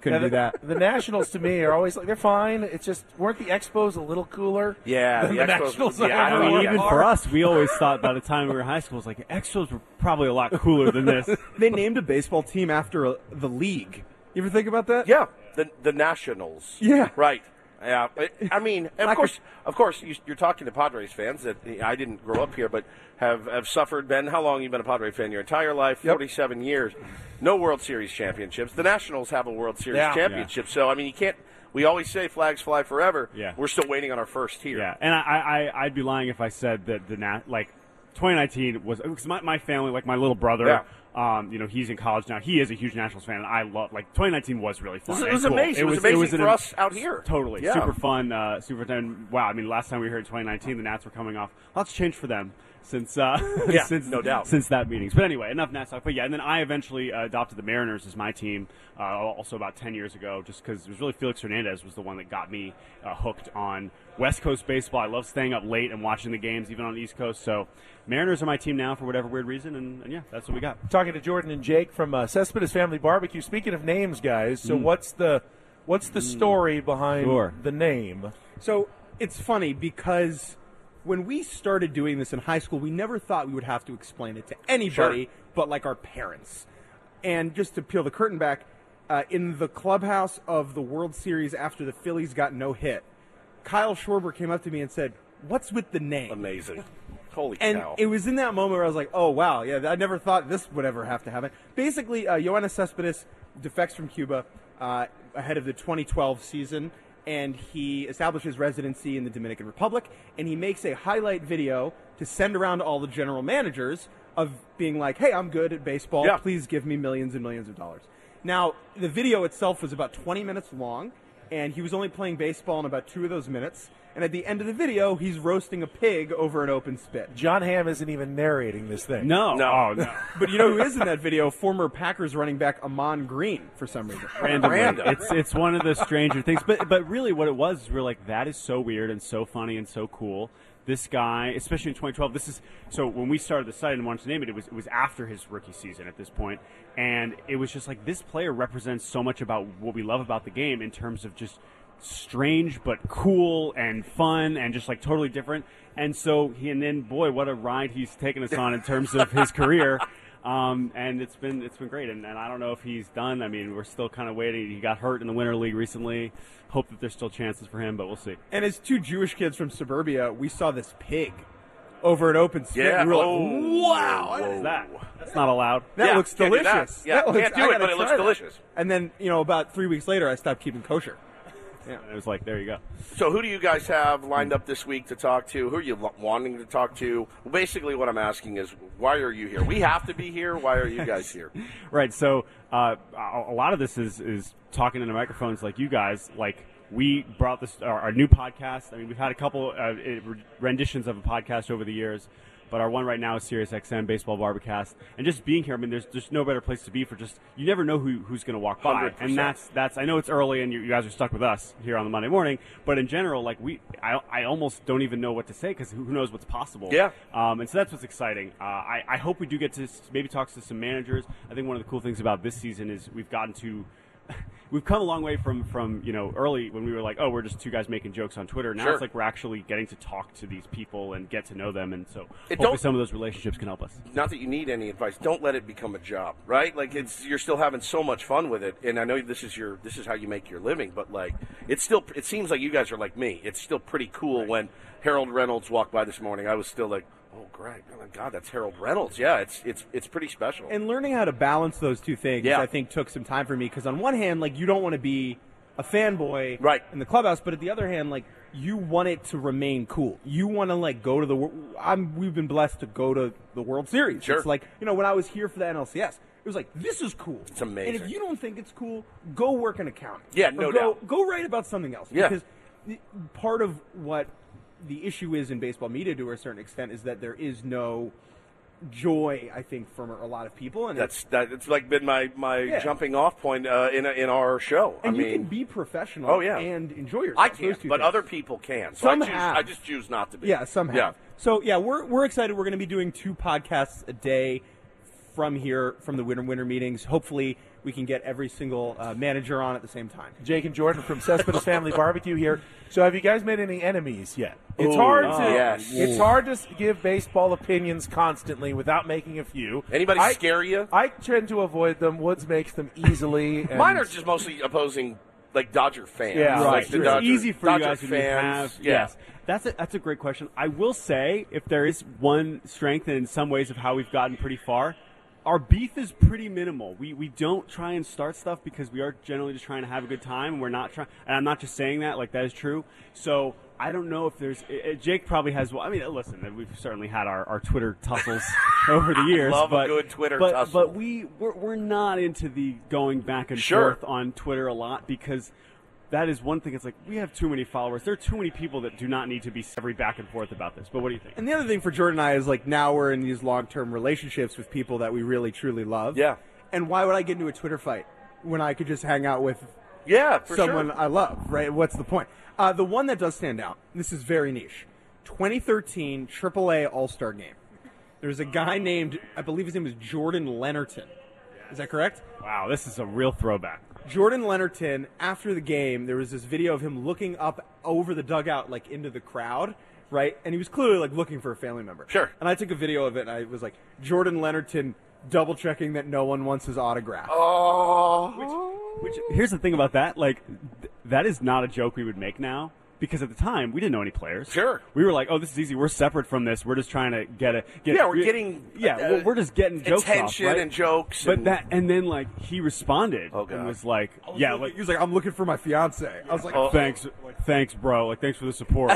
[SPEAKER 9] Couldn't do that.
[SPEAKER 5] The Nationals to me are always like they're fine. It's just weren't the Expos a little cooler?
[SPEAKER 2] Yeah,
[SPEAKER 5] than
[SPEAKER 2] the
[SPEAKER 5] the,
[SPEAKER 2] Expos-
[SPEAKER 5] Nationals.
[SPEAKER 2] yeah, I
[SPEAKER 8] I
[SPEAKER 2] don't
[SPEAKER 8] mean,
[SPEAKER 2] Yeah.
[SPEAKER 8] even for us, we always thought by the time we were in high school, it's like Expos were probably a lot cooler than this.
[SPEAKER 9] They named a baseball team after a, the league. You ever think about that?
[SPEAKER 2] Yeah, the the Nationals.
[SPEAKER 9] Yeah.
[SPEAKER 2] right. Yeah, but, I mean, of
[SPEAKER 9] Like
[SPEAKER 2] course, of course, you, you're talking to Padres fans that I didn't grow up here, but have have suffered. Ben, how long have you been a Padre fan? Your entire life, forty-seven years. No World Series championships. The Nationals have a World Series
[SPEAKER 5] Yeah.
[SPEAKER 2] championship, so I mean, you can't. We always say flags fly forever.
[SPEAKER 8] Yeah.
[SPEAKER 2] we're still waiting on our first here.
[SPEAKER 8] Yeah, and I, I- I I'd be lying if I said that the nat like 2019 was because my, my family like my little brother. Um, you know he's in college now. He is a huge Nationals fan, and I love like 2019 was really fun.
[SPEAKER 2] It was- it
[SPEAKER 8] and
[SPEAKER 2] was
[SPEAKER 8] cool.
[SPEAKER 2] amazing. It was amazing
[SPEAKER 8] an
[SPEAKER 2] for
[SPEAKER 8] am-
[SPEAKER 2] us out here.
[SPEAKER 8] Totally,
[SPEAKER 2] Yeah.
[SPEAKER 8] super fun, uh, super fun. Wow, I mean, last time we heard 2019, the Nats were coming off. Lots changed for them since uh,
[SPEAKER 2] Yeah,
[SPEAKER 8] since
[SPEAKER 2] no doubt.
[SPEAKER 8] since that meetings. But anyway, enough Nats talk. But yeah, and then I eventually uh, adopted the Mariners as my team, uh, also about ten years ago, just because it was really Felix Hernandez was the one that got me uh, hooked on West Coast baseball. I love staying up late and watching the games, even on the East Coast. So Mariners are my team now for whatever weird reason, and, and yeah, that's what we got.
[SPEAKER 5] Talking to Jordan and Jake from uh, Cespedes Family Barbecue. Speaking of names, guys, so what's the what's the story behind
[SPEAKER 8] Sure.
[SPEAKER 5] the name?
[SPEAKER 9] So it's funny because when we started doing this in high school, we never thought we would have to explain it to anybody but like our parents. And just to peel the curtain back, uh, in the clubhouse of the World Series after the Phillies got no hit, Kyle Schwarber came up to me and said, "What's with the name?"
[SPEAKER 2] amazing. Holy
[SPEAKER 9] And
[SPEAKER 2] cow!
[SPEAKER 9] it was in that moment where I was like, oh, wow, yeah, I never thought this would ever have to happen. Basically, uh, Ioannis Cespedes defects from Cuba uh, ahead of the 2012 season, and he establishes residency in the Dominican Republic, and he makes a highlight video to send around to all the general managers of being like, hey, I'm good at baseball.
[SPEAKER 2] Yeah.
[SPEAKER 9] Please give me millions and millions of dollars. Now, the video itself was about 20 minutes long, and he was only playing baseball in about two of those minutes. And at the end of the video, he's roasting a pig over an open spit.
[SPEAKER 5] John Hamm isn't even narrating this thing.
[SPEAKER 8] No,
[SPEAKER 2] No.
[SPEAKER 8] oh, no.
[SPEAKER 9] But you know who is in that video? Former Packers running back Amon Green for some reason.
[SPEAKER 8] randomly.
[SPEAKER 2] Random.
[SPEAKER 8] It's it's one of the stranger things. But but really, what it was is we are like, that is so weird and so funny and so cool. This guy, especially in 2012, this is so. When we started the site and wanted to name it, it was it was after his rookie season at this point, and it was just like this player represents so much about what we love about the game in terms of just strange but cool and fun and just like totally different. And so, he, and then boy, what a ride he's taken us on in terms of his career. Um, and it's been it's been great, and, and I don't know if he's done. I mean, we're still kind of waiting. He got hurt in the winter league recently. Hope that there's still chances for him, but we'll see.
[SPEAKER 9] And as two Jewish kids from suburbia, we saw this pig over an open spit.
[SPEAKER 2] Yeah.
[SPEAKER 9] And we were like,
[SPEAKER 2] Oh.
[SPEAKER 9] wow, what is
[SPEAKER 8] Whoa.
[SPEAKER 9] that?
[SPEAKER 8] That that's not allowed.
[SPEAKER 9] That
[SPEAKER 2] Yeah,
[SPEAKER 9] looks
[SPEAKER 2] can't do
[SPEAKER 9] delicious.
[SPEAKER 2] that. Yeah,
[SPEAKER 9] looks,
[SPEAKER 2] can't do
[SPEAKER 9] I
[SPEAKER 2] it,
[SPEAKER 9] gotta
[SPEAKER 2] but it looks
[SPEAKER 9] try that."
[SPEAKER 2] delicious.
[SPEAKER 9] And then, you know, about three weeks later, I stopped keeping kosher.
[SPEAKER 8] And it was like, there you go.
[SPEAKER 2] So, who do you guys have lined up this week to talk to? Who are you lo- wanting to talk to? Basically, what I'm asking is, why are you here? We have to be here. Why are you guys here?
[SPEAKER 8] Right. So uh, a a lot of this is is talking into microphones like you guys. Like we brought this our, our new podcast. I mean, we've had a couple uh, i- renditions of a podcast over the years. But our one right now is Sirius XM Baseball Barbercast, and just being here, I mean, there's just no better place to be for just you never know who, who's going to walk by,
[SPEAKER 2] 100%.
[SPEAKER 8] and that's that's I know it's early, and you, you guys are stuck with us here on the Monday morning. But in general, like we, I, I almost don't even know what to say because who who knows what's possible.
[SPEAKER 2] Yeah.
[SPEAKER 8] Um, and so that's what's exciting. Uh, I, I hope we do get to s- maybe talk to some managers. I think one of the cool things about this season is we've gotten to. We've come a long way from, from you know early when we were like oh we're just two guys making jokes on Twitter now
[SPEAKER 2] Sure.
[SPEAKER 8] it's like we're actually getting to talk to these people and get to know them and so
[SPEAKER 2] It
[SPEAKER 8] hopefully
[SPEAKER 2] don't-
[SPEAKER 8] some of those relationships can help us.
[SPEAKER 2] Not that you need any advice. Don't let it become a job, right? Like it's you're still having so much fun with it, and I know this is your this is how you make your living, but like it's still it seems like you guys are like me. It's still pretty cool when Harold Reynolds walked by this morning. I was still like, oh great, oh my god, that's Harold Reynolds. Yeah, it's it's it's pretty special.
[SPEAKER 9] and learning how to balance those two things
[SPEAKER 2] Yeah.
[SPEAKER 9] i think took some time for me because on one hand like you don't want to be a fanboy
[SPEAKER 2] Right.
[SPEAKER 9] in the clubhouse but at the other hand like you want it to remain cool you want to like go to the wor- i'm we've been blessed to go to the world series
[SPEAKER 2] Sure.
[SPEAKER 9] it's like you know when i was here for the nlcs it was like this is cool it's and
[SPEAKER 2] amazing.
[SPEAKER 9] if you don't think it's cool go work in accounting
[SPEAKER 2] Yeah,
[SPEAKER 9] Or
[SPEAKER 2] no
[SPEAKER 9] go,
[SPEAKER 2] doubt.
[SPEAKER 9] go write about something else
[SPEAKER 2] Yeah.
[SPEAKER 9] because the- part of what the issue is in baseball media to a certain extent is that there is no joy i think from a lot of people and it's-
[SPEAKER 2] That's that. It's like been my my
[SPEAKER 9] Yeah.
[SPEAKER 2] jumping off point uh, in in our show.
[SPEAKER 9] And
[SPEAKER 2] I
[SPEAKER 9] you
[SPEAKER 2] mean,
[SPEAKER 9] can be professional
[SPEAKER 2] Oh, yeah.
[SPEAKER 9] and enjoy yourself.
[SPEAKER 2] I
[SPEAKER 9] Those
[SPEAKER 2] can't,
[SPEAKER 9] two
[SPEAKER 2] but
[SPEAKER 9] things.
[SPEAKER 2] other people can. So
[SPEAKER 9] Some
[SPEAKER 2] I, choose,
[SPEAKER 9] have.
[SPEAKER 2] I just choose not to be.
[SPEAKER 9] Yeah, somehow.
[SPEAKER 2] Yeah.
[SPEAKER 9] So yeah, we're we're excited. We're going to be doing two podcasts a day from here from the winter winter meetings. Hopefully, we can get every single uh, manager on at the same time.
[SPEAKER 5] Jake and Jordan from Cespedes Family Barbecue here. So, have you guys made any enemies yet? It's
[SPEAKER 2] Ooh,
[SPEAKER 5] hard to
[SPEAKER 8] uh,
[SPEAKER 2] oh, yes.
[SPEAKER 5] it's hard to s- give baseball opinions constantly without making a few.
[SPEAKER 2] Anybody
[SPEAKER 5] I,
[SPEAKER 2] scare you?
[SPEAKER 5] I tend to avoid them. Woods makes them easily. and-
[SPEAKER 2] Mine are just mostly opposing like Dodger fans.
[SPEAKER 5] Yeah,
[SPEAKER 2] like
[SPEAKER 5] Right.
[SPEAKER 2] the
[SPEAKER 8] it's
[SPEAKER 2] Dodger,
[SPEAKER 8] easy for
[SPEAKER 2] Dodger
[SPEAKER 8] you guys when you
[SPEAKER 2] fans.
[SPEAKER 8] have.
[SPEAKER 2] yeah.
[SPEAKER 8] Yes, that's a, that's a great question. I will say, if there is one strength in some ways of how we've gotten pretty far, our beef is pretty minimal. We we don't try and start stuff because we are generally just trying to have a good time. And we're not trying, and I'm not just saying that like that is true. So. I don't know if there's. eh, eh, Jake probably has. Well, I mean, listen, uh, we've certainly had our, our Twitter tussles over the years.
[SPEAKER 2] Love a
[SPEAKER 8] but,
[SPEAKER 2] good Twitter
[SPEAKER 8] but,
[SPEAKER 2] tussle.
[SPEAKER 8] But we we're, we're not into the going back and
[SPEAKER 2] Sure.
[SPEAKER 8] forth on Twitter a lot because that is one thing. It's like we have too many followers. There are too many people that do not need to be every back and forth about this. But what do you think?
[SPEAKER 9] And the other thing for Jordan and I is like now we're in these long term relationships with people that we really truly love.
[SPEAKER 2] Yeah.
[SPEAKER 9] And why would I get into a Twitter fight when I could just hang out with
[SPEAKER 2] Yeah, for
[SPEAKER 9] someone
[SPEAKER 2] sure.
[SPEAKER 9] I love, right? What's the point? Uh, the one that does stand out, and this is very niche 2013 AAA All Star Game. There's a guy named, I believe his name is Jordan Leonardton. Is that correct?
[SPEAKER 8] wow, this is a real throwback.
[SPEAKER 9] Jordan Leonardton, after the game, there was this video of him looking up over the dugout, like into the crowd, right? And he was clearly like looking for a family member.
[SPEAKER 2] Sure.
[SPEAKER 9] And I took a video of it, and I was like, Jordan Leonardton double checking that no one wants his autograph.
[SPEAKER 8] Which here's the thing about that. Like th- that is not a joke we would make now. Because at the time we didn't know any players.
[SPEAKER 2] Sure.
[SPEAKER 8] we were like, "Oh, this is easy. We're separate from this. We're just trying to get a get,
[SPEAKER 2] Yeah, we're getting,
[SPEAKER 8] yeah,
[SPEAKER 2] uh,
[SPEAKER 8] we're- we're just getting jokes off,
[SPEAKER 2] attention
[SPEAKER 8] right?
[SPEAKER 2] and jokes
[SPEAKER 8] But
[SPEAKER 2] and-
[SPEAKER 8] that and then like he responded
[SPEAKER 2] Oh, God.
[SPEAKER 8] and was like, "Yeah,
[SPEAKER 9] He
[SPEAKER 8] like
[SPEAKER 9] was like, I'm looking for my fiance. I was like,
[SPEAKER 2] Oh.
[SPEAKER 8] thanks, like, thanks, bro. Like, thanks for the support.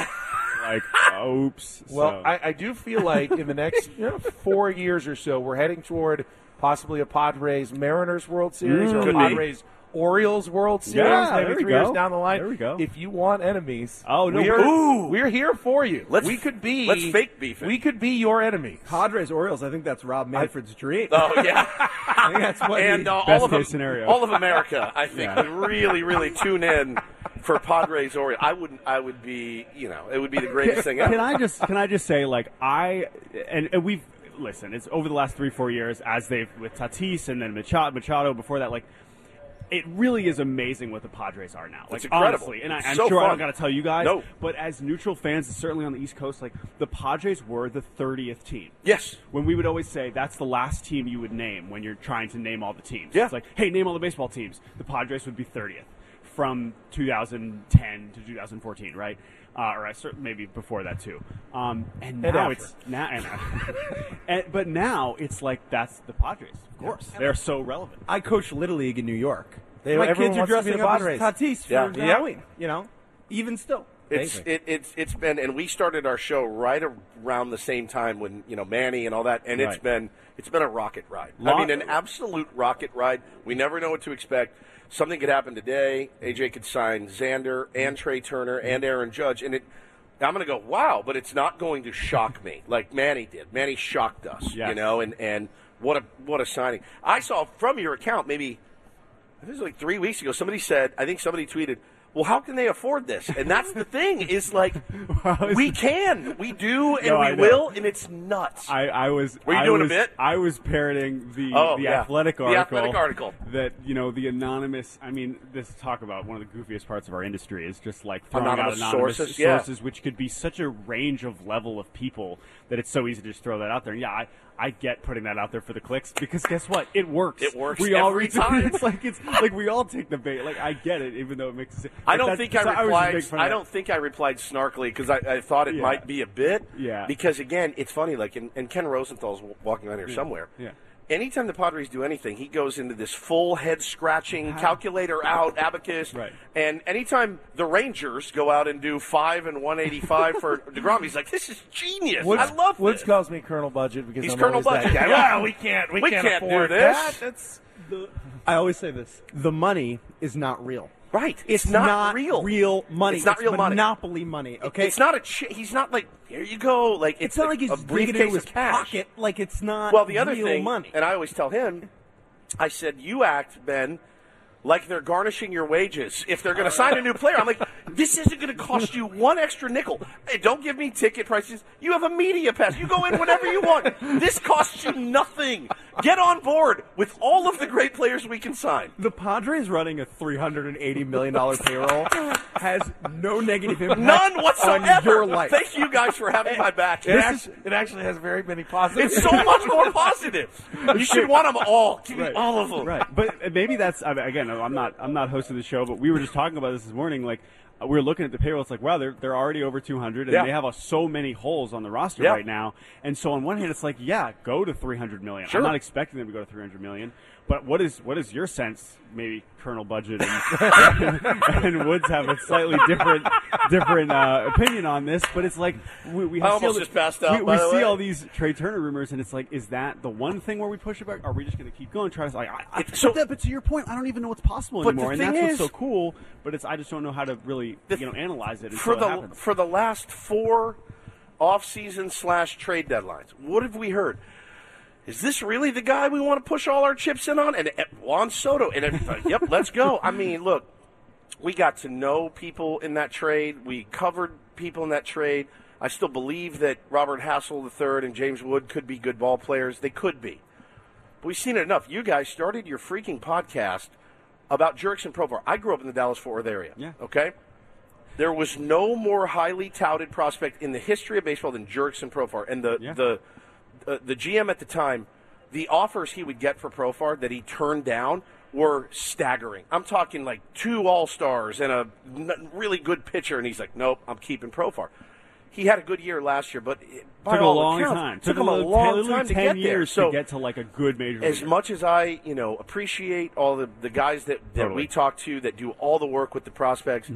[SPEAKER 8] like, oops.
[SPEAKER 5] Well,
[SPEAKER 8] So-
[SPEAKER 5] I, I do feel like in the next you know, four years or so, we're heading toward possibly a Padres Mariners World Series or a
[SPEAKER 2] Could be.
[SPEAKER 9] Mm.
[SPEAKER 5] Padres Orioles World Series.
[SPEAKER 8] Mm, Yeah,
[SPEAKER 5] maybe
[SPEAKER 8] there we
[SPEAKER 5] three years
[SPEAKER 8] go.
[SPEAKER 5] down the line.
[SPEAKER 8] There we go.
[SPEAKER 5] If you want enemies,
[SPEAKER 8] Oh, no,
[SPEAKER 5] we are,
[SPEAKER 8] we're-
[SPEAKER 2] Ooh.
[SPEAKER 5] we're here for you.
[SPEAKER 2] Let's-
[SPEAKER 5] we could be
[SPEAKER 2] let's fake beef it.
[SPEAKER 5] We could be your enemy.
[SPEAKER 9] Padres Orioles. I think that's Rob Manfred's dream.
[SPEAKER 2] Oh yeah,
[SPEAKER 9] I think that's what
[SPEAKER 2] and
[SPEAKER 9] he-
[SPEAKER 2] uh,
[SPEAKER 8] Best
[SPEAKER 2] all of
[SPEAKER 8] case
[SPEAKER 2] Am-
[SPEAKER 8] scenario.
[SPEAKER 2] all of America, I think, would really, really tune in for Padres Orioles. I wouldn't. I would be, you know, it would be the greatest thing ever.
[SPEAKER 8] can I just can I just say like I and, and we've listen. It's over the last three four years as they've with Tatis and then Machado, Machado before that like. it really is amazing what the Padres are now. Like
[SPEAKER 2] incredible.
[SPEAKER 8] honestly, and I,
[SPEAKER 2] It's
[SPEAKER 8] I'm
[SPEAKER 2] so
[SPEAKER 8] sure I
[SPEAKER 2] fun.
[SPEAKER 8] don't got to tell you guys,
[SPEAKER 2] No.
[SPEAKER 8] but as neutral fans, certainly on the East Coast, like the Padres were the 30th team.
[SPEAKER 2] Yes.
[SPEAKER 8] When we would always say that's the last team you would name when you're trying to name all the teams.
[SPEAKER 2] Yeah.
[SPEAKER 8] It's like, hey, name all the baseball teams. The Padres would be 30th from 2010 to 2014, right? Uh, or I cer- maybe before that too. Um, and now
[SPEAKER 5] after.
[SPEAKER 8] it's now, and, and, but now it's like that's the Padres. Of course, they're so relevant.
[SPEAKER 9] I coach Little League in New York.
[SPEAKER 5] They-
[SPEAKER 9] My
[SPEAKER 5] everyone
[SPEAKER 9] kids are
[SPEAKER 5] wants to be
[SPEAKER 9] dressing
[SPEAKER 5] the
[SPEAKER 9] up as
[SPEAKER 5] Padres.
[SPEAKER 9] Tatis for
[SPEAKER 2] Yeah.
[SPEAKER 9] yeah.
[SPEAKER 2] Yeah.
[SPEAKER 9] Halloween, you know? Even still.
[SPEAKER 2] It's
[SPEAKER 9] Amazing.
[SPEAKER 2] it, it's it's been, and we started our show right around the same time when you know Manny and all that, and it's
[SPEAKER 8] Right.
[SPEAKER 2] been it's been a rocket ride. I
[SPEAKER 8] Lot-
[SPEAKER 2] mean, an absolute rocket ride. We never know what to expect. Something could happen today. AJ could sign Xander and Trey Turner and Aaron Judge, and it. I'm going to go wow, but it's not going to shock me like Manny did. Manny shocked us, you
[SPEAKER 8] Yes.
[SPEAKER 2] know, and and what a what a signing. I saw from your account maybe I think it was like three weeks ago. Somebody said, I think somebody tweeted, "Well, how can they afford this?" And that's the thing is like, we can, we do, and
[SPEAKER 8] No, I
[SPEAKER 2] we
[SPEAKER 8] know.
[SPEAKER 2] will, and it's nuts.
[SPEAKER 8] I, I was.
[SPEAKER 2] Were you
[SPEAKER 8] I
[SPEAKER 2] doing a
[SPEAKER 8] was-
[SPEAKER 2] bit?
[SPEAKER 8] I was parroting the
[SPEAKER 2] Oh,
[SPEAKER 8] the
[SPEAKER 2] yeah.
[SPEAKER 8] athletic
[SPEAKER 2] The
[SPEAKER 8] article.
[SPEAKER 2] Athletic article.
[SPEAKER 8] that you know the anonymous. I mean, this talk about one of the goofiest parts of our industry is just like throwing
[SPEAKER 2] Anonymous
[SPEAKER 8] out anonymous
[SPEAKER 2] sources, yeah.
[SPEAKER 8] which could be such a range of level of people that it's so easy to just throw that out there. And yeah, I, I get putting that out there for the clicks because guess what? It works.
[SPEAKER 2] It works
[SPEAKER 8] We all
[SPEAKER 2] every
[SPEAKER 8] retweet.
[SPEAKER 2] time.
[SPEAKER 8] It's like it's like we all take the bait. Like I get it, even though it makes. It,
[SPEAKER 2] I don't
[SPEAKER 8] that's-
[SPEAKER 2] think I
[SPEAKER 8] so was just
[SPEAKER 2] replied.
[SPEAKER 8] making fun of
[SPEAKER 2] I
[SPEAKER 8] that.
[SPEAKER 2] don't think I replied snarkily because I, I thought it
[SPEAKER 8] Yeah.
[SPEAKER 2] might be a bit.
[SPEAKER 8] Yeah.
[SPEAKER 2] Because again, it's funny. Like, and, and Ken Rosenthal's w- walking around here somewhere.
[SPEAKER 8] Yeah.
[SPEAKER 2] Anytime the Padres do anything, he goes into this full head scratching calculator out abacus.
[SPEAKER 8] Right.
[SPEAKER 2] And anytime the Rangers go out and do five and one eighty five for Degrom, he's like, "This is genius.
[SPEAKER 5] Woods,
[SPEAKER 2] I love
[SPEAKER 5] Woods
[SPEAKER 2] this."
[SPEAKER 5] calls me Colonel Budget because
[SPEAKER 2] He's
[SPEAKER 5] I'm
[SPEAKER 2] Colonel
[SPEAKER 5] always that
[SPEAKER 2] Budget.
[SPEAKER 5] guy.
[SPEAKER 2] Yeah.
[SPEAKER 5] "Well, we can't.
[SPEAKER 2] We can't do
[SPEAKER 5] afford
[SPEAKER 2] this."
[SPEAKER 5] that. That's
[SPEAKER 9] I always say this the money is not real.
[SPEAKER 2] Right.
[SPEAKER 9] It's, not, real. money.
[SPEAKER 2] It's not real money.
[SPEAKER 9] monopoly money. Okay.
[SPEAKER 2] It's not a. Ch- he's not like. Here you go. Like
[SPEAKER 9] It's not like he's
[SPEAKER 2] a
[SPEAKER 9] just digging
[SPEAKER 2] briefcase
[SPEAKER 9] into his
[SPEAKER 2] of cash.
[SPEAKER 9] pocket. Like it's not.
[SPEAKER 2] Well, the other
[SPEAKER 9] real
[SPEAKER 2] thing,
[SPEAKER 9] money.
[SPEAKER 2] and I always tell him, I said, "You act, Ben, like they're garnishing your wages if they're going to sign a new player." I'm like, "This isn't going to cost you one extra nickel. Hey, don't give me ticket prices. You have a media pass. You go in whenever you want. This costs you nothing. Get on board with all of the great players we can sign."
[SPEAKER 9] the Padres running a three hundred and eighty million dollar payroll has no negative impact.
[SPEAKER 2] None
[SPEAKER 9] on
[SPEAKER 2] whatsoever.
[SPEAKER 9] your life.
[SPEAKER 2] Thank you guys for having my back.
[SPEAKER 5] it, actually, it actually has very many positive.
[SPEAKER 2] It's so much more positive. You should want them all. Give me
[SPEAKER 8] Right.
[SPEAKER 2] all of them.
[SPEAKER 8] Right, but uh, maybe that's I mean, again. I'm not. I'm not hosting the show, but we were just talking about this this morning. Like uh, we were looking at the payroll. It's like wow, they're they're already over 200, and
[SPEAKER 2] Yeah.
[SPEAKER 8] they have uh, so many holes on the roster
[SPEAKER 2] Yeah.
[SPEAKER 8] right now. And so on one hand, it's like yeah, go to 300 million.
[SPEAKER 2] Sure.
[SPEAKER 8] I'm not expecting them to go to 300 million. But what is what is your sense? Maybe Colonel Budget and, and Woods have a slightly different different uh, opinion on this. But it's like we, we
[SPEAKER 2] I
[SPEAKER 8] see
[SPEAKER 2] almost
[SPEAKER 8] all the-
[SPEAKER 2] just passed out,
[SPEAKER 8] We,
[SPEAKER 2] by
[SPEAKER 8] we
[SPEAKER 2] the
[SPEAKER 8] see
[SPEAKER 2] way.
[SPEAKER 8] all these Trey Turner rumors, and it's like, is that the one thing where we push it back? Are we just going to keep going? Try to like, I, I,
[SPEAKER 2] It's- so-
[SPEAKER 8] but, that, but to your point, I don't even know what's possible
[SPEAKER 2] But
[SPEAKER 8] anymore, and
[SPEAKER 2] the
[SPEAKER 8] that's
[SPEAKER 2] thing
[SPEAKER 8] what's so
[SPEAKER 2] is-
[SPEAKER 8] cool. But it's I just don't know how to really
[SPEAKER 2] The-
[SPEAKER 8] you know analyze it.
[SPEAKER 2] for
[SPEAKER 8] until it
[SPEAKER 2] the
[SPEAKER 8] happens.
[SPEAKER 2] for the last four offseason slash trade deadlines. What have we heard? Is this really the guy we want to push all our chips in on? And eh, Juan Soto. And eh, yep, let's go. I mean, look, we got to know people in that trade. We covered people in that trade. I still believe that Robert Hassel III and James Wood could be good ball players. They could be. But we've seen it enough. You guys started your freaking podcast about jerks and Provar. I grew up in the Dallas Fort Worth area.
[SPEAKER 8] Yeah.
[SPEAKER 2] Okay? There was no more highly touted prospect in the history of baseball than Jerks and Profar. And the
[SPEAKER 8] Yeah.
[SPEAKER 2] the uh, the GM at the time, the offers he would get for Profar that he turned down were staggering. I'm talking like two All Stars and a n- really good pitcher, and he's like, "Nope, I'm keeping Profar." He had a good year last year, but it, by
[SPEAKER 8] took a
[SPEAKER 2] all
[SPEAKER 8] long
[SPEAKER 2] accounts,
[SPEAKER 8] time.
[SPEAKER 2] Took, him a
[SPEAKER 8] little-
[SPEAKER 2] long
[SPEAKER 8] literally
[SPEAKER 2] time to get
[SPEAKER 8] ten years
[SPEAKER 2] there.
[SPEAKER 8] to
[SPEAKER 2] So
[SPEAKER 8] get to like a good major.
[SPEAKER 2] as
[SPEAKER 8] leaguer.
[SPEAKER 2] much as I, you know, appreciate all the, the guys that, that
[SPEAKER 8] Totally. Mm-hmm.
[SPEAKER 2] we talk to that do all the work with the prospects,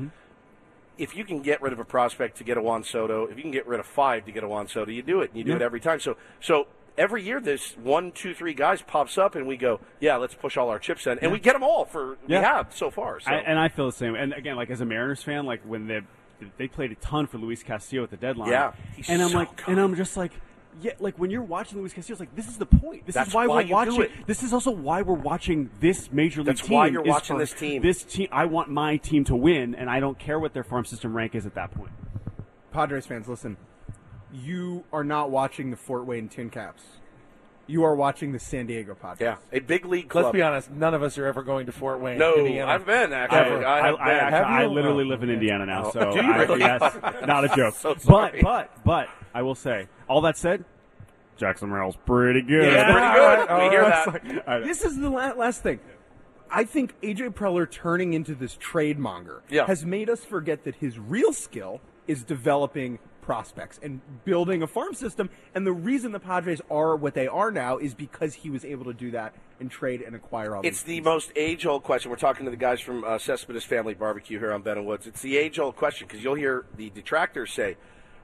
[SPEAKER 2] if you can get rid of a prospect to get a Juan Soto, if you can get rid of five to get a Juan Soto, you do it. And you do
[SPEAKER 8] Yeah.
[SPEAKER 2] it every time. So so every year this one, two, three guys pops up and we go, Yeah, let's push all our chips in and we get them all for
[SPEAKER 8] Yeah.
[SPEAKER 2] we have so far. So
[SPEAKER 8] I, and I feel the same. And again, like as a Mariners fan, like when they they played a ton for Luis Castillo at the deadline.
[SPEAKER 2] Yeah. He's
[SPEAKER 8] and I'm
[SPEAKER 2] so
[SPEAKER 8] like,
[SPEAKER 2] good.
[SPEAKER 8] and I'm just like. Yeah, like when you're watching Luis Castillo, it's like this is the point. This
[SPEAKER 2] That's
[SPEAKER 8] is why,
[SPEAKER 2] why you
[SPEAKER 8] we're
[SPEAKER 2] do
[SPEAKER 8] watching.
[SPEAKER 2] it.
[SPEAKER 8] This is also why we're watching this major league
[SPEAKER 2] That's
[SPEAKER 8] team.
[SPEAKER 2] why you're
[SPEAKER 8] is
[SPEAKER 2] watching
[SPEAKER 8] for
[SPEAKER 2] this team.
[SPEAKER 8] This team. I want my team to win, and I don't care what their farm system rank is at that point.
[SPEAKER 9] Padres fans, listen. You are not watching the Fort Wayne Tin Caps. you are watching the San Diego podcast.
[SPEAKER 2] Yeah, a big league club.
[SPEAKER 5] Let's be honest. None of us are ever going to Fort Wayne.
[SPEAKER 2] No,
[SPEAKER 5] Indiana.
[SPEAKER 2] I've been
[SPEAKER 8] I,
[SPEAKER 2] actually. I,
[SPEAKER 8] I,
[SPEAKER 2] have
[SPEAKER 8] I,
[SPEAKER 2] been.
[SPEAKER 8] actually-
[SPEAKER 5] Have
[SPEAKER 8] I
[SPEAKER 5] you?
[SPEAKER 8] literally
[SPEAKER 5] Oh.
[SPEAKER 8] live in Indiana now, so
[SPEAKER 2] Do you
[SPEAKER 8] I,
[SPEAKER 2] really?
[SPEAKER 8] yes, not a joke.
[SPEAKER 2] So
[SPEAKER 8] but
[SPEAKER 2] sorry.
[SPEAKER 8] but but I will say, all that said, Jackson Merrill's pretty good.
[SPEAKER 2] Yeah, pretty good. we
[SPEAKER 8] Oh,
[SPEAKER 2] hear that.
[SPEAKER 8] I know.
[SPEAKER 9] This is the la- last thing. I think AJ Preller turning into this trade monger
[SPEAKER 2] Yeah.
[SPEAKER 9] has made us forget that his real skill is developing prospects and building a farm system. And the reason the Padres are what they are now is because he was able to do that and trade and acquire all
[SPEAKER 2] It's
[SPEAKER 9] these.
[SPEAKER 2] the most age old question. We're talking to the guys from uh, Cespedes Family Barbecue here on Ben and Woods. It's the age old question because you'll hear the detractors say,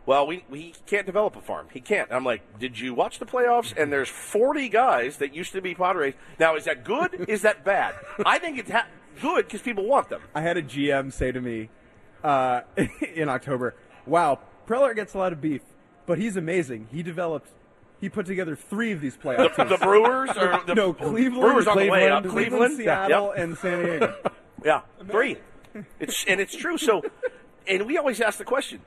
[SPEAKER 2] well, we, we can't develop a farm. He can't. I'm like, did you watch the playoffs? And there's 40 guys that used to be Padres. Now, is that good? is that bad? I think it's ha- good because people want them.
[SPEAKER 9] I had a GM say to me uh, in October, "Wow, Preller gets a lot of beef, but he's amazing. He developed, he put together three of these playoff
[SPEAKER 2] The
[SPEAKER 9] teams."
[SPEAKER 2] Brewers or the
[SPEAKER 9] no, Cleveland,
[SPEAKER 2] Brewers on the way up.
[SPEAKER 9] Cleveland,
[SPEAKER 2] Cleveland,
[SPEAKER 9] Seattle,
[SPEAKER 2] Yep.
[SPEAKER 9] and San Diego.
[SPEAKER 2] Yeah, three. It's and it's true. So, and we always ask the question: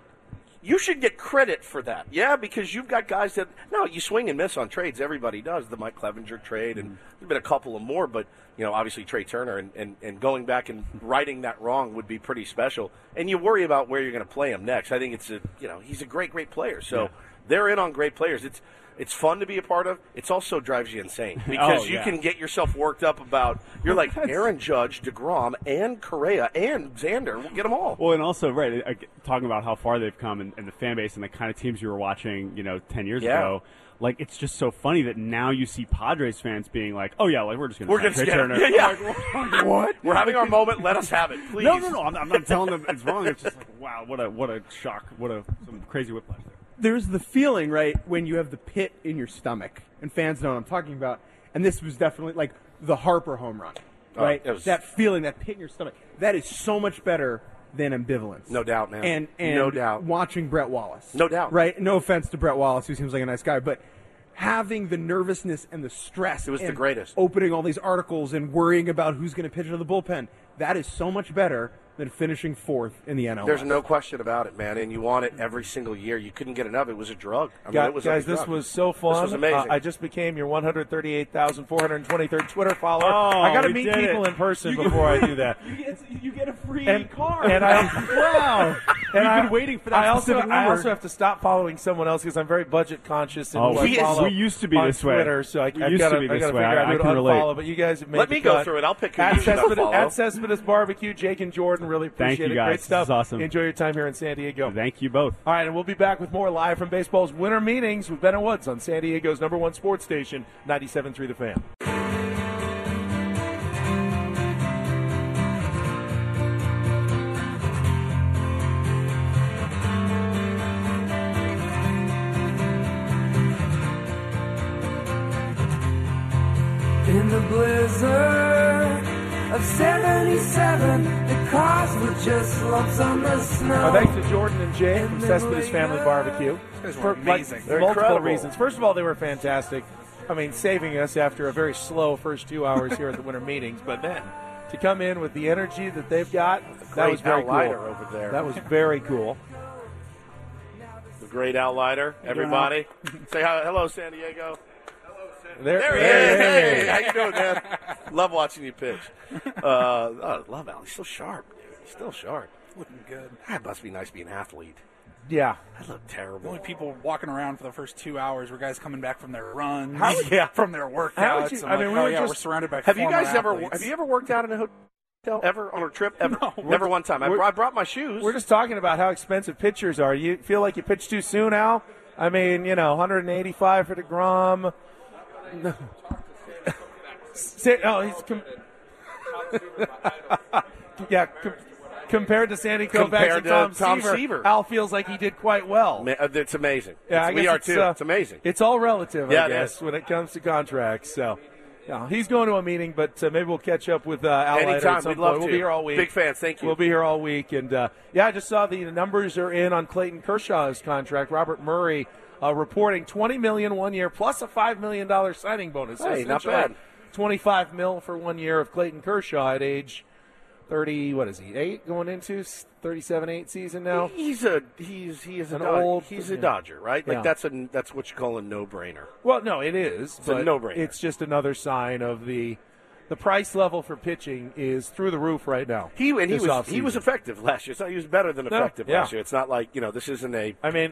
[SPEAKER 2] you should get credit for that, yeah, because you've got guys that no, you swing and miss on trades. Everybody does the Mike Clevenger trade, and there's been a couple of more, but you know, obviously Trey Turner, and and, and going back and righting that wrong would be pretty special. And you worry about where you're going to play him next. I think it's a you know he's a great great player, so they're in on great players. It's it's fun to be a part of. It's also drives you insane because you
[SPEAKER 8] yeah.
[SPEAKER 2] can get yourself worked up about. You're like Aaron Judge, Degrom, and Correa, and Xander. We'll get them all.
[SPEAKER 8] Well, and also, right, I, talking about how far they've come and, and the fan base and the kind of teams you were watching, you know, 10 years
[SPEAKER 2] Yeah.
[SPEAKER 8] ago. Like, it's just so funny that now you see Padres fans being like, oh, yeah, like, we're just going to
[SPEAKER 2] We're gonna
[SPEAKER 8] Trey
[SPEAKER 2] get 'em.
[SPEAKER 8] Turner.
[SPEAKER 2] Yeah,
[SPEAKER 8] I'm like, what?
[SPEAKER 2] We're having our moment. Let us have it, please.
[SPEAKER 8] No, no, no. I'm, I'm not telling them it's wrong. It's just like, wow, what a what a shock. What a some crazy whiplash there.
[SPEAKER 9] there's the feeling, right, when you have the pit in your stomach, and fans know what I'm talking about. And this was definitely like the Harper home run,
[SPEAKER 2] Oh,
[SPEAKER 9] right?
[SPEAKER 2] it was-
[SPEAKER 9] that feeling, that pit in your stomach, that is so much better than ambivalence.
[SPEAKER 2] No doubt, man.
[SPEAKER 9] And, and
[SPEAKER 2] No doubt.
[SPEAKER 9] watching Brett Wallace.
[SPEAKER 2] No doubt.
[SPEAKER 9] Right? No offense to Brett Wallace, who seems like a nice guy, but having the nervousness and the stress. It
[SPEAKER 2] was the greatest.
[SPEAKER 9] Opening all these articles and worrying about who's going to pitch into the bullpen. That is so much better than finishing fourth in the NL.
[SPEAKER 2] There's no question about it, man. And you want it every single year. You couldn't get enough. It was a drug. I mean,
[SPEAKER 5] Guys,
[SPEAKER 2] it was
[SPEAKER 5] guys,
[SPEAKER 2] like a
[SPEAKER 5] this
[SPEAKER 2] drug.
[SPEAKER 5] was so fun.
[SPEAKER 2] This was amazing.
[SPEAKER 5] Uh, I just became your 138,423rd Twitter follower.
[SPEAKER 8] Oh,
[SPEAKER 5] I got to
[SPEAKER 8] we
[SPEAKER 5] meet
[SPEAKER 8] did
[SPEAKER 5] people
[SPEAKER 8] it.
[SPEAKER 5] in person before I do that.
[SPEAKER 8] You get, you get a free
[SPEAKER 5] And- and I-
[SPEAKER 8] wow.
[SPEAKER 5] And
[SPEAKER 8] We've
[SPEAKER 5] I,
[SPEAKER 8] been waiting for that
[SPEAKER 5] I also,
[SPEAKER 8] specific
[SPEAKER 5] I
[SPEAKER 8] number.
[SPEAKER 5] also have to stop following someone else because I'm very budget conscious. And
[SPEAKER 8] Oh,
[SPEAKER 5] who I
[SPEAKER 2] we-
[SPEAKER 5] follow
[SPEAKER 2] we
[SPEAKER 8] used to be
[SPEAKER 5] on
[SPEAKER 8] this way.
[SPEAKER 5] Twitter, so I,
[SPEAKER 8] We
[SPEAKER 5] I've
[SPEAKER 8] used
[SPEAKER 5] gotta,
[SPEAKER 8] to be
[SPEAKER 5] I
[SPEAKER 8] this
[SPEAKER 5] gotta
[SPEAKER 8] way.
[SPEAKER 5] figure out
[SPEAKER 8] I-
[SPEAKER 5] who
[SPEAKER 8] I
[SPEAKER 5] to
[SPEAKER 8] can relate.
[SPEAKER 5] unfollow, But you guys have made
[SPEAKER 2] Let
[SPEAKER 5] the
[SPEAKER 2] me go
[SPEAKER 5] cut.
[SPEAKER 2] through it. I'll pick who
[SPEAKER 5] at
[SPEAKER 2] you should
[SPEAKER 5] Cespedes,
[SPEAKER 2] unfollow.
[SPEAKER 5] at Cespedes Barbecue. Jake and Jordan really appreciate
[SPEAKER 8] Thank you
[SPEAKER 5] it.
[SPEAKER 8] guys.
[SPEAKER 5] Great stuff.
[SPEAKER 8] This is awesome.
[SPEAKER 5] Enjoy your time here in San Diego.
[SPEAKER 8] Thank you both.
[SPEAKER 5] All right, and we'll be back with more live from baseball's winter meetings with Ben and Woods on San Diego's number one sports station, 97.3 The Fan.
[SPEAKER 10] In the blizzard of 77, the cars were just lumps on the snow.
[SPEAKER 5] Our thanks to Jordan and Jay from Cespedes Family Barbecue
[SPEAKER 6] guys were
[SPEAKER 5] for like,
[SPEAKER 6] amazing.
[SPEAKER 2] They're
[SPEAKER 5] multiple
[SPEAKER 2] incredible.
[SPEAKER 5] reasons. First of all, they were fantastic. I mean, saving us after a very slow first two hours here at the winter meetings, but then to come in with the energy that they've got, that
[SPEAKER 2] Great
[SPEAKER 5] was very cool.
[SPEAKER 2] outlier over there.
[SPEAKER 5] That was very cool.
[SPEAKER 2] the great outlider. Everybody, say hi, hello, San Diego.
[SPEAKER 5] There,
[SPEAKER 2] There he is. Hey, how you doing, man? love watching you pitch. Uh, I love Al. He's so sharp. dude. He's still sharp.
[SPEAKER 6] Looking good.
[SPEAKER 2] That must be nice to be an athlete.
[SPEAKER 5] Yeah.
[SPEAKER 2] I look
[SPEAKER 6] The
[SPEAKER 2] terrible.
[SPEAKER 6] only people walking around for the first two hours were guys coming back from their runs,
[SPEAKER 5] How would- Yeah.
[SPEAKER 6] from their workouts.
[SPEAKER 5] How would you-
[SPEAKER 6] I'm
[SPEAKER 5] I mean,
[SPEAKER 6] like,
[SPEAKER 5] we
[SPEAKER 6] oh,
[SPEAKER 5] were
[SPEAKER 6] yeah,
[SPEAKER 5] just-
[SPEAKER 6] we're surrounded by.
[SPEAKER 2] Have you
[SPEAKER 6] former
[SPEAKER 2] guys ever
[SPEAKER 6] athletes.
[SPEAKER 2] have you ever worked out in a hotel ever on a trip ever?
[SPEAKER 6] No.
[SPEAKER 2] Never one time. I,
[SPEAKER 5] We're-
[SPEAKER 2] brought- I brought my shoes.
[SPEAKER 5] We're just talking about how expensive pitchers are. You feel like you pitched too soon, Al? I mean, you know, 185 for DeGrom. No. Sa- oh, he's com- yeah. Com- compared to Sandy Koufax
[SPEAKER 2] Compared to
[SPEAKER 5] and Tom,
[SPEAKER 2] Tom
[SPEAKER 5] Seaver,
[SPEAKER 2] Seaver.
[SPEAKER 5] Al feels like he did quite well.
[SPEAKER 2] Ma- uh, it's amazing.
[SPEAKER 5] yeah,
[SPEAKER 2] It's-
[SPEAKER 5] I
[SPEAKER 2] we
[SPEAKER 5] guess
[SPEAKER 2] are
[SPEAKER 5] it's,
[SPEAKER 2] too.
[SPEAKER 5] uh,
[SPEAKER 2] it's amazing.
[SPEAKER 5] It's all relative,
[SPEAKER 2] Yeah,
[SPEAKER 5] I
[SPEAKER 2] it
[SPEAKER 5] guess,
[SPEAKER 2] is.
[SPEAKER 5] when it comes to contracts. So, yeah, he's going to a meeting, but uh, maybe we'll catch up with uh, Al Leiter
[SPEAKER 2] Anytime.
[SPEAKER 5] at some
[SPEAKER 2] We'd love
[SPEAKER 5] point. We'll
[SPEAKER 2] to.
[SPEAKER 5] be here all week.
[SPEAKER 2] Big fans. Thank you.
[SPEAKER 5] We'll be here all week, and uh, yeah, I just saw the numbers are in on Clayton Kershaw's contract. Robert Murray uh, reporting twenty million one year plus a five million dollar signing bonus.
[SPEAKER 2] Hey, not
[SPEAKER 5] essentially
[SPEAKER 2] bad.
[SPEAKER 5] Twenty five mil for one year of Clayton Kershaw at age thirty. What is he? Eight going into s- 37-8 season now.
[SPEAKER 2] He's a he's he is an
[SPEAKER 5] An
[SPEAKER 2] old
[SPEAKER 5] old-
[SPEAKER 2] he's a
[SPEAKER 5] yeah.
[SPEAKER 2] Dodger, right? Like
[SPEAKER 5] Yeah.
[SPEAKER 2] that's a that's what you call a no brainer.
[SPEAKER 5] Well, no, it is.
[SPEAKER 2] a
[SPEAKER 5] but
[SPEAKER 2] no-brainer.
[SPEAKER 5] It's just another sign of the the price level for pitching is through the roof right now.
[SPEAKER 2] He and he
[SPEAKER 5] this
[SPEAKER 2] was he
[SPEAKER 5] offseason.
[SPEAKER 2] was effective last year. It's not, he was better than
[SPEAKER 5] No,
[SPEAKER 2] effective
[SPEAKER 5] yeah.
[SPEAKER 2] last year. It's not like you know this isn't a
[SPEAKER 5] I mean,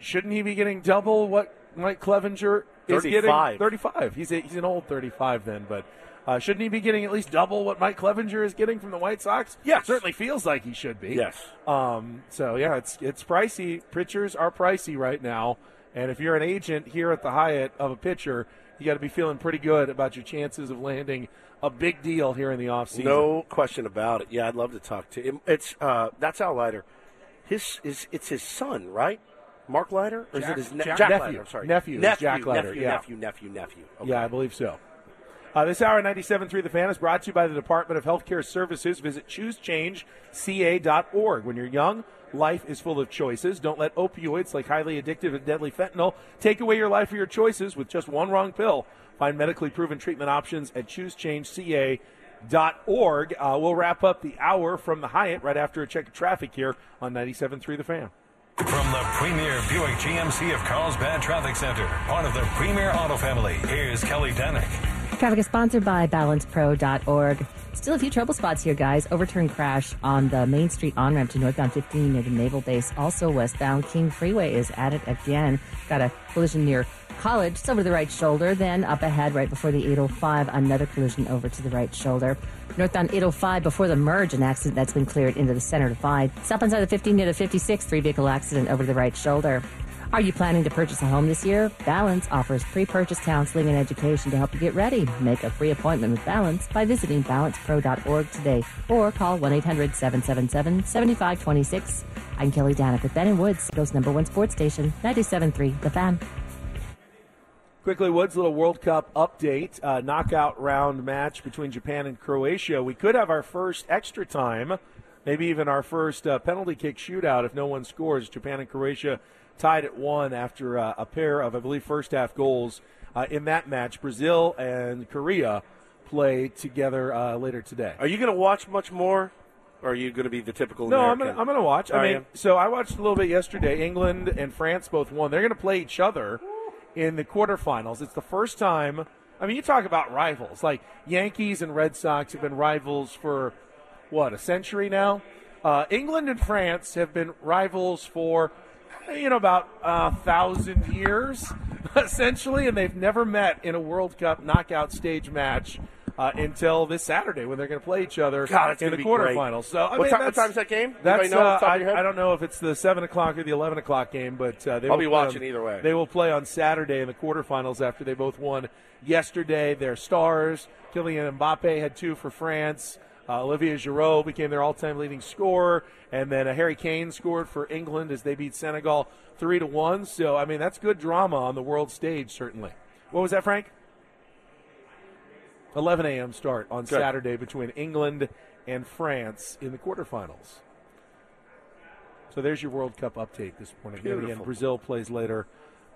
[SPEAKER 5] shouldn't he be getting double what Mike Clevenger is
[SPEAKER 2] 35.
[SPEAKER 5] getting? Thirty-five. He's a, he's an old thirty-five then, but uh, shouldn't he be getting at least double what Mike Clevenger is getting from the White Sox?
[SPEAKER 2] Yes.
[SPEAKER 5] certainly feels like he should be.
[SPEAKER 2] yes.
[SPEAKER 5] Um, so yeah, it's it's pricey. Pitchers are pricey right now, and if you're an agent here at the Hyatt of a pitcher, you got to be feeling pretty good about your chances of landing a big deal here in the offseason.
[SPEAKER 2] No question about it. Yeah, I'd love to talk to him. It's uh, that's Al Leiter. His is it's his son, right? Mark Leiter, or is it
[SPEAKER 6] Jack-
[SPEAKER 2] his ne-
[SPEAKER 6] Jack-
[SPEAKER 2] Jack
[SPEAKER 5] Nephew.
[SPEAKER 2] Leiter? I'm sorry,
[SPEAKER 5] Nephew is
[SPEAKER 2] nephew,
[SPEAKER 5] Jack Leiter,
[SPEAKER 2] nephew,
[SPEAKER 5] yeah.
[SPEAKER 2] nephew, nephew, nephew. Okay.
[SPEAKER 5] Yeah, I believe so. Uh, this hour, 97.3 The Fan, is brought to you by the Department of Healthcare Services. Visit choosechangeca.org. When you're young, life is full of choices. Don't let opioids like highly addictive and deadly fentanyl take away your life or your choices with just one wrong pill. Find medically proven treatment options at choosechangeca.org. Uh, we'll wrap up the hour from the Hyatt right after a check of traffic here on 97.3 The Fan.
[SPEAKER 1] From the premier Buick GMC of Carlsbad Traffic Center, part of the premier auto family, here's Kelly Danick.
[SPEAKER 11] Traffic is sponsored by balancepro.org. Still a few trouble spots here, guys. Overturn crash on the Main Street on ramp to northbound 15 near the Naval Base. Also, westbound King Freeway is at it again. Got a collision near College, just over the right shoulder. Then up ahead, right before the 805, another collision over to the right shoulder. Northbound 805 before the merge, an accident that's been cleared into the center divide. Southbound side of the 15 near the 56, three vehicle accident over the right shoulder. Are you planning to purchase a home this year? Balance offers pre purchase counseling and education to help you get ready. Make a free appointment with Balance by visiting balancepro.org today or call 1 800 777 7526. I'm Kelly Danick with Ben and Woods, Ghost number one sports station, 97.3 The Fan.
[SPEAKER 5] Quickly, Woods, little World Cup update. Uh, knockout round match between Japan and Croatia. We could have our first extra time, maybe even our first uh, penalty kick shootout if no one scores. Japan and Croatia tied at one after uh, a pair of, I believe, first half goals uh, in that match. Brazil and Korea play together uh, later today.
[SPEAKER 2] Are you going to watch much more, or are you going to be the typical?
[SPEAKER 5] No, I'm
[SPEAKER 2] American?
[SPEAKER 5] gonna, I'm gonna watch.
[SPEAKER 2] Are
[SPEAKER 5] I
[SPEAKER 2] you?
[SPEAKER 5] mean, so I watched a little bit yesterday. England and France both won. They're gonna play each other in the quarterfinals. It's the first time. I mean, you talk about rivals. Like Yankees and Red Sox have been rivals for what a century now. Uh, England and France have been rivals for you know about a thousand years essentially, and they've never met in a World Cup knockout stage match. Uh, until this Saturday, when they're going to play each other
[SPEAKER 2] God, it's
[SPEAKER 5] in
[SPEAKER 2] gonna
[SPEAKER 5] the
[SPEAKER 2] be great.
[SPEAKER 5] quarterfinals. So I
[SPEAKER 2] What
[SPEAKER 5] mean,
[SPEAKER 2] ti- what
[SPEAKER 5] that's-
[SPEAKER 2] time's that game? Anybody
[SPEAKER 5] That's
[SPEAKER 2] know off
[SPEAKER 5] uh,
[SPEAKER 2] the top of
[SPEAKER 5] I,
[SPEAKER 2] your head?
[SPEAKER 5] I don't know if it's the seven o'clock or the eleven o'clock game, but uh, they
[SPEAKER 2] I'll
[SPEAKER 5] will
[SPEAKER 2] be
[SPEAKER 5] play
[SPEAKER 2] watching
[SPEAKER 5] on-
[SPEAKER 2] either way.
[SPEAKER 5] They will play on Saturday in the quarterfinals after they both won yesterday. Their stars, Kylian Mbappe had two for France. Uh, Olivier Giroud became their all-time leading scorer, and then uh, Harry Kane scored for England as they beat Senegal three to one. So I mean, that's good drama on the world stage, certainly. What was that, Frank? 11 a.m. start on Saturday between England and France in the quarterfinals. So there's your World Cup update this morning. And again,
[SPEAKER 2] Beautiful.
[SPEAKER 5] Brazil plays later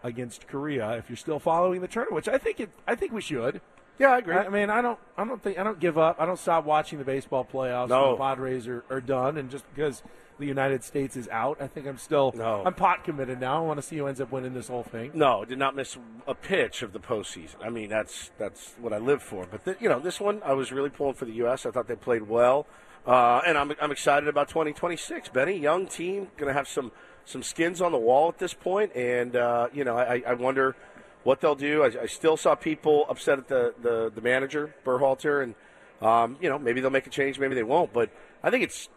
[SPEAKER 5] against Korea. If you're still following the tournament, which I think it, I think we should.
[SPEAKER 2] Yeah, I agree.
[SPEAKER 5] I, I mean, I don't, I don't think, I don't give up. I don't stop watching the baseball playoffs.
[SPEAKER 2] No.
[SPEAKER 5] when the Padres are, are done, and just because the United States is out, I think I'm still,
[SPEAKER 2] No.
[SPEAKER 5] I'm pot committed now. I want to see who ends up winning this whole thing.
[SPEAKER 2] No, did not miss a pitch of the postseason. I mean, that's that's what I live for. But th you know, this one I was really pulling for the U.S. I thought they played well, uh, and I'm I'm excited about 2026. Benny, young team, going to have some some skins on the wall at this point, and uh, you know, I, I wonder what they'll do. I, I still saw people upset at the the, the manager Burhalter, and um, you know, maybe they'll make a change, maybe they won't. But I think it's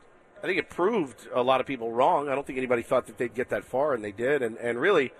[SPEAKER 2] I think it proved a lot of people wrong. I don't think anybody thought that they'd get that far, and they did. And and really,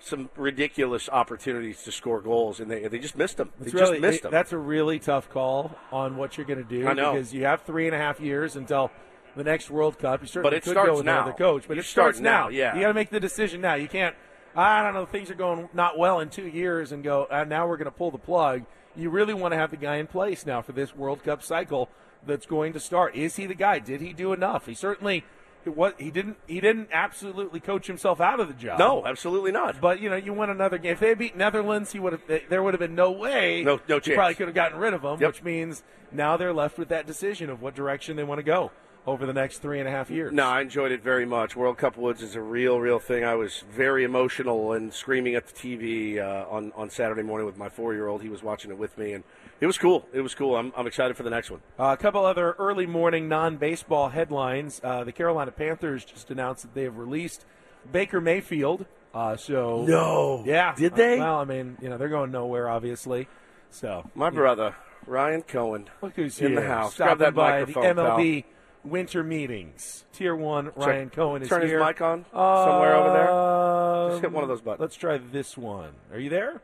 [SPEAKER 2] some ridiculous opportunities to score goals, and they they just missed them. They
[SPEAKER 5] It's
[SPEAKER 2] just
[SPEAKER 5] really-
[SPEAKER 2] missed
[SPEAKER 5] it-
[SPEAKER 2] them.
[SPEAKER 5] That's a really tough call on what you're going to do
[SPEAKER 2] I know.
[SPEAKER 5] because you have three and a half years until the next World Cup. You certainly
[SPEAKER 2] But it
[SPEAKER 5] could
[SPEAKER 2] starts
[SPEAKER 5] go with
[SPEAKER 2] now.
[SPEAKER 5] another coach, but
[SPEAKER 2] You
[SPEAKER 5] it starts
[SPEAKER 2] start now,
[SPEAKER 5] now.
[SPEAKER 2] yeah.
[SPEAKER 5] you got to make the decision now. You can't. I don't know. Things are going not well in two years, and go. Uh, now we're going to pull the plug. You really want to have the guy in place now for this World Cup cycle that's going to start. Is he the guy? Did he do enough? He certainly It was he didn't he didn't absolutely coach himself out of the job.
[SPEAKER 2] No, absolutely not.
[SPEAKER 5] But you know, you win another game. If they beat Netherlands, he would have. There would have been no way.
[SPEAKER 2] No- no
[SPEAKER 5] you
[SPEAKER 2] chance.
[SPEAKER 5] Probably could have gotten rid of him,
[SPEAKER 2] Yep.
[SPEAKER 5] which means now they're left with that decision of what direction they want to go over the next three and a half years.
[SPEAKER 2] No, I enjoyed it very much. World Cup Woods is a real, real thing. I was very emotional and screaming at the TV uh, on on Saturday morning with my four year old. He was watching it with me, and it was cool. It was cool. I'm, I'm excited for the next one.
[SPEAKER 5] Uh, a couple other early morning non baseball headlines. Uh, the Carolina Panthers just announced that they have released Baker Mayfield. Uh, so
[SPEAKER 2] No.
[SPEAKER 5] yeah,
[SPEAKER 2] Did
[SPEAKER 5] Uh,
[SPEAKER 2] they?
[SPEAKER 5] well, I mean, you know, they're going nowhere, obviously. So
[SPEAKER 2] My
[SPEAKER 5] you know.
[SPEAKER 2] brother Ryan Cohen
[SPEAKER 5] Look who's
[SPEAKER 2] in
[SPEAKER 5] here.
[SPEAKER 2] the house.
[SPEAKER 5] Stopping
[SPEAKER 2] Grab that
[SPEAKER 5] by
[SPEAKER 2] microphone,
[SPEAKER 5] the
[SPEAKER 2] pal.
[SPEAKER 5] MLB winter meetings. Tier one, Ryan Cohen is
[SPEAKER 2] turn
[SPEAKER 5] here. Uh,
[SPEAKER 2] his mic on somewhere over there.
[SPEAKER 5] Um,
[SPEAKER 2] Just hit one of those buttons.
[SPEAKER 5] Let's try this one. Are you there?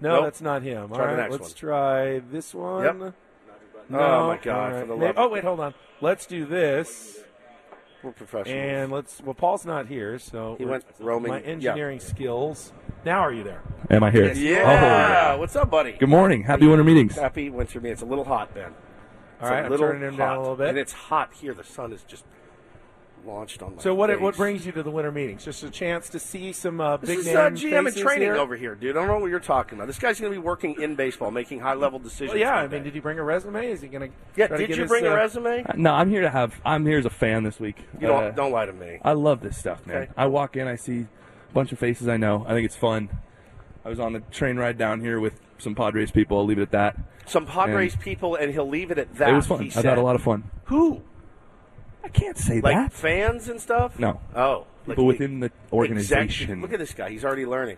[SPEAKER 5] No,
[SPEAKER 2] Nope.
[SPEAKER 5] that's not him. All
[SPEAKER 2] Try the
[SPEAKER 5] right,
[SPEAKER 2] next
[SPEAKER 5] let's
[SPEAKER 2] one.
[SPEAKER 5] try this one.
[SPEAKER 2] Yep.
[SPEAKER 5] No.
[SPEAKER 2] Oh, my God,
[SPEAKER 5] All
[SPEAKER 2] for the
[SPEAKER 5] May-
[SPEAKER 2] love-
[SPEAKER 5] Oh wait, hold on. Let's do this,
[SPEAKER 2] We're professionals.
[SPEAKER 5] and let's. Well, Paul's not here, so
[SPEAKER 2] He
[SPEAKER 5] we're-
[SPEAKER 2] went roaming.
[SPEAKER 5] My
[SPEAKER 2] Yeah.
[SPEAKER 5] engineering skills. Now are you there?
[SPEAKER 12] Am I here?
[SPEAKER 2] yeah. What's up, buddy?
[SPEAKER 12] Oh, Good morning. Happy winter meetings.
[SPEAKER 2] Happy winter meeting. It's a little hot, Ben. It's
[SPEAKER 5] All right,
[SPEAKER 2] a
[SPEAKER 5] I'm
[SPEAKER 2] little
[SPEAKER 5] turning him down a
[SPEAKER 2] hot.
[SPEAKER 5] little bit.
[SPEAKER 2] and it's hot here. The sun is just launched on my.
[SPEAKER 5] So what? What
[SPEAKER 2] face.
[SPEAKER 5] brings you to the winter meetings? Just a chance to see some uh,
[SPEAKER 2] This
[SPEAKER 5] big
[SPEAKER 2] is
[SPEAKER 5] name
[SPEAKER 2] uh, GM and
[SPEAKER 5] faces
[SPEAKER 2] training
[SPEAKER 5] here?
[SPEAKER 2] over here, dude. I don't know what you're talking about. This guy's going to be working in baseball, making high level decisions.
[SPEAKER 5] Well, yeah, I
[SPEAKER 2] one
[SPEAKER 5] mean,
[SPEAKER 2] day.
[SPEAKER 5] did you bring a resume? Is he going to? uh,
[SPEAKER 2] yeah. Did you bring a resume?
[SPEAKER 12] No, I'm here to have. I'm here as a fan this week.
[SPEAKER 2] You don't
[SPEAKER 12] Uh,
[SPEAKER 2] don't lie to me.
[SPEAKER 12] I love this stuff, man.
[SPEAKER 2] Okay.
[SPEAKER 12] I walk in, I see a bunch of faces I know. I think it's fun. I was on the train ride down here with some Padres people. I'll leave it at that.
[SPEAKER 2] Some Padres
[SPEAKER 12] And
[SPEAKER 2] people, and he'll leave it at that.
[SPEAKER 12] It was fun.
[SPEAKER 2] He
[SPEAKER 12] I've
[SPEAKER 2] said.
[SPEAKER 12] had a lot of fun.
[SPEAKER 2] Who?
[SPEAKER 12] I can't say
[SPEAKER 2] Like
[SPEAKER 12] that.
[SPEAKER 2] fans and stuff?
[SPEAKER 12] No.
[SPEAKER 2] Oh, like
[SPEAKER 12] People within the
[SPEAKER 2] exec-
[SPEAKER 12] organization.
[SPEAKER 2] Look at this guy. He's already learning.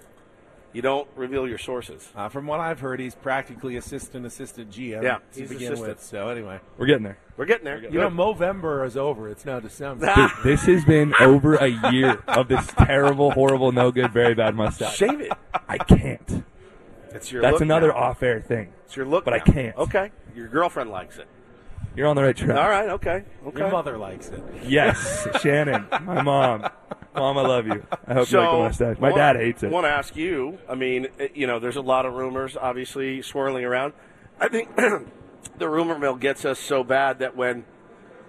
[SPEAKER 2] You don't reveal your sources.
[SPEAKER 5] Uh, from what I've heard, he's practically assistant assistant GM.
[SPEAKER 2] Yeah,
[SPEAKER 5] to
[SPEAKER 2] he's
[SPEAKER 5] begin
[SPEAKER 2] assistant.
[SPEAKER 5] with. So anyway,
[SPEAKER 12] We're getting there.
[SPEAKER 2] We're getting there.
[SPEAKER 5] you know, Movember is over. It's now December.
[SPEAKER 12] Dude,
[SPEAKER 2] Ah.
[SPEAKER 12] this has been over a year of this terrible, horrible, no good, very bad mustache.
[SPEAKER 2] shave it.
[SPEAKER 12] I can't.
[SPEAKER 2] It's your
[SPEAKER 12] That's
[SPEAKER 2] look
[SPEAKER 12] another
[SPEAKER 2] now.
[SPEAKER 12] off-air thing.
[SPEAKER 2] It's your look,
[SPEAKER 12] but I
[SPEAKER 2] now.
[SPEAKER 12] can't.
[SPEAKER 2] Okay, your girlfriend likes it.
[SPEAKER 12] You're on the right track.
[SPEAKER 2] All right, okay, okay.
[SPEAKER 5] Your mother likes it.
[SPEAKER 12] Yes, Shannon, my mom. Mom, I love you. I hope
[SPEAKER 2] So,
[SPEAKER 12] you like the mustache. My dad hates it.
[SPEAKER 2] Want to ask you? I mean, eh, you know, there's a lot of rumors, obviously swirling around. I think the rumor mill gets us so bad that when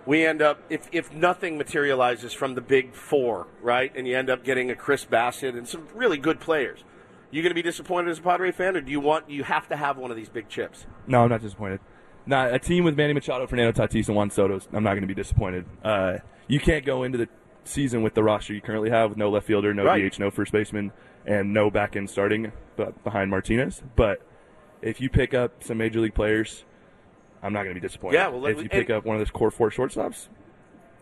[SPEAKER 2] we end up, if if nothing materializes from the big four, right, and you end up getting a Chris Bassett and some really good players, you going to be disappointed as a Padre fan, or do you want you have to have one of these big chips?
[SPEAKER 12] No, I'm not disappointed. Not a team with Manny Machado, Fernando Tatis, and Juan Soto. I'm not going to be disappointed. Uh, you can't go into the season with the roster you currently have with no left fielder, no
[SPEAKER 2] Right.
[SPEAKER 12] DH, no first baseman, and no back end starting but behind Martinez. But if you pick up some major league players, I'm not going to be disappointed.
[SPEAKER 2] Yeah, well, let-
[SPEAKER 12] if you pick
[SPEAKER 2] and-
[SPEAKER 12] up one of those core four shortstops,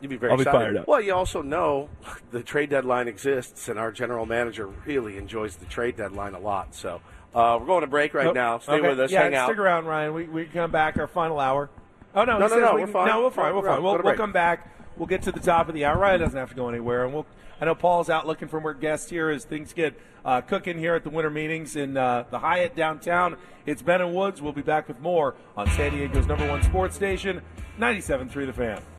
[SPEAKER 2] You'd be very
[SPEAKER 12] I'll be
[SPEAKER 2] excited.
[SPEAKER 12] fired up.
[SPEAKER 2] Well, you also know the trade deadline exists, and our general manager really enjoys the trade deadline a lot. So uh, we're going to break right
[SPEAKER 5] Oh,
[SPEAKER 2] now. Stay
[SPEAKER 5] okay.
[SPEAKER 2] with us.
[SPEAKER 5] Yeah,
[SPEAKER 2] hang out.
[SPEAKER 5] stick around, Ryan. We we come back our final hour. Oh
[SPEAKER 2] No,
[SPEAKER 5] no, he
[SPEAKER 2] no,
[SPEAKER 5] says
[SPEAKER 2] no,
[SPEAKER 5] we
[SPEAKER 2] we're
[SPEAKER 5] can-
[SPEAKER 2] fine.
[SPEAKER 5] No, we're fine. We're
[SPEAKER 2] We're on.
[SPEAKER 5] fine.
[SPEAKER 2] Go
[SPEAKER 5] We'll,
[SPEAKER 2] to
[SPEAKER 5] we'll
[SPEAKER 2] break.
[SPEAKER 5] come back. We'll get to the top of the hour. Ryan doesn't have to go anywhere, and we'll. I know Paul's out looking for more guests here as things get uh, cooking here at the winter meetings in uh, the Hyatt downtown. It's Ben and Woods. We'll be back with more on San Diego's number one sports station, 97.3 The Fan.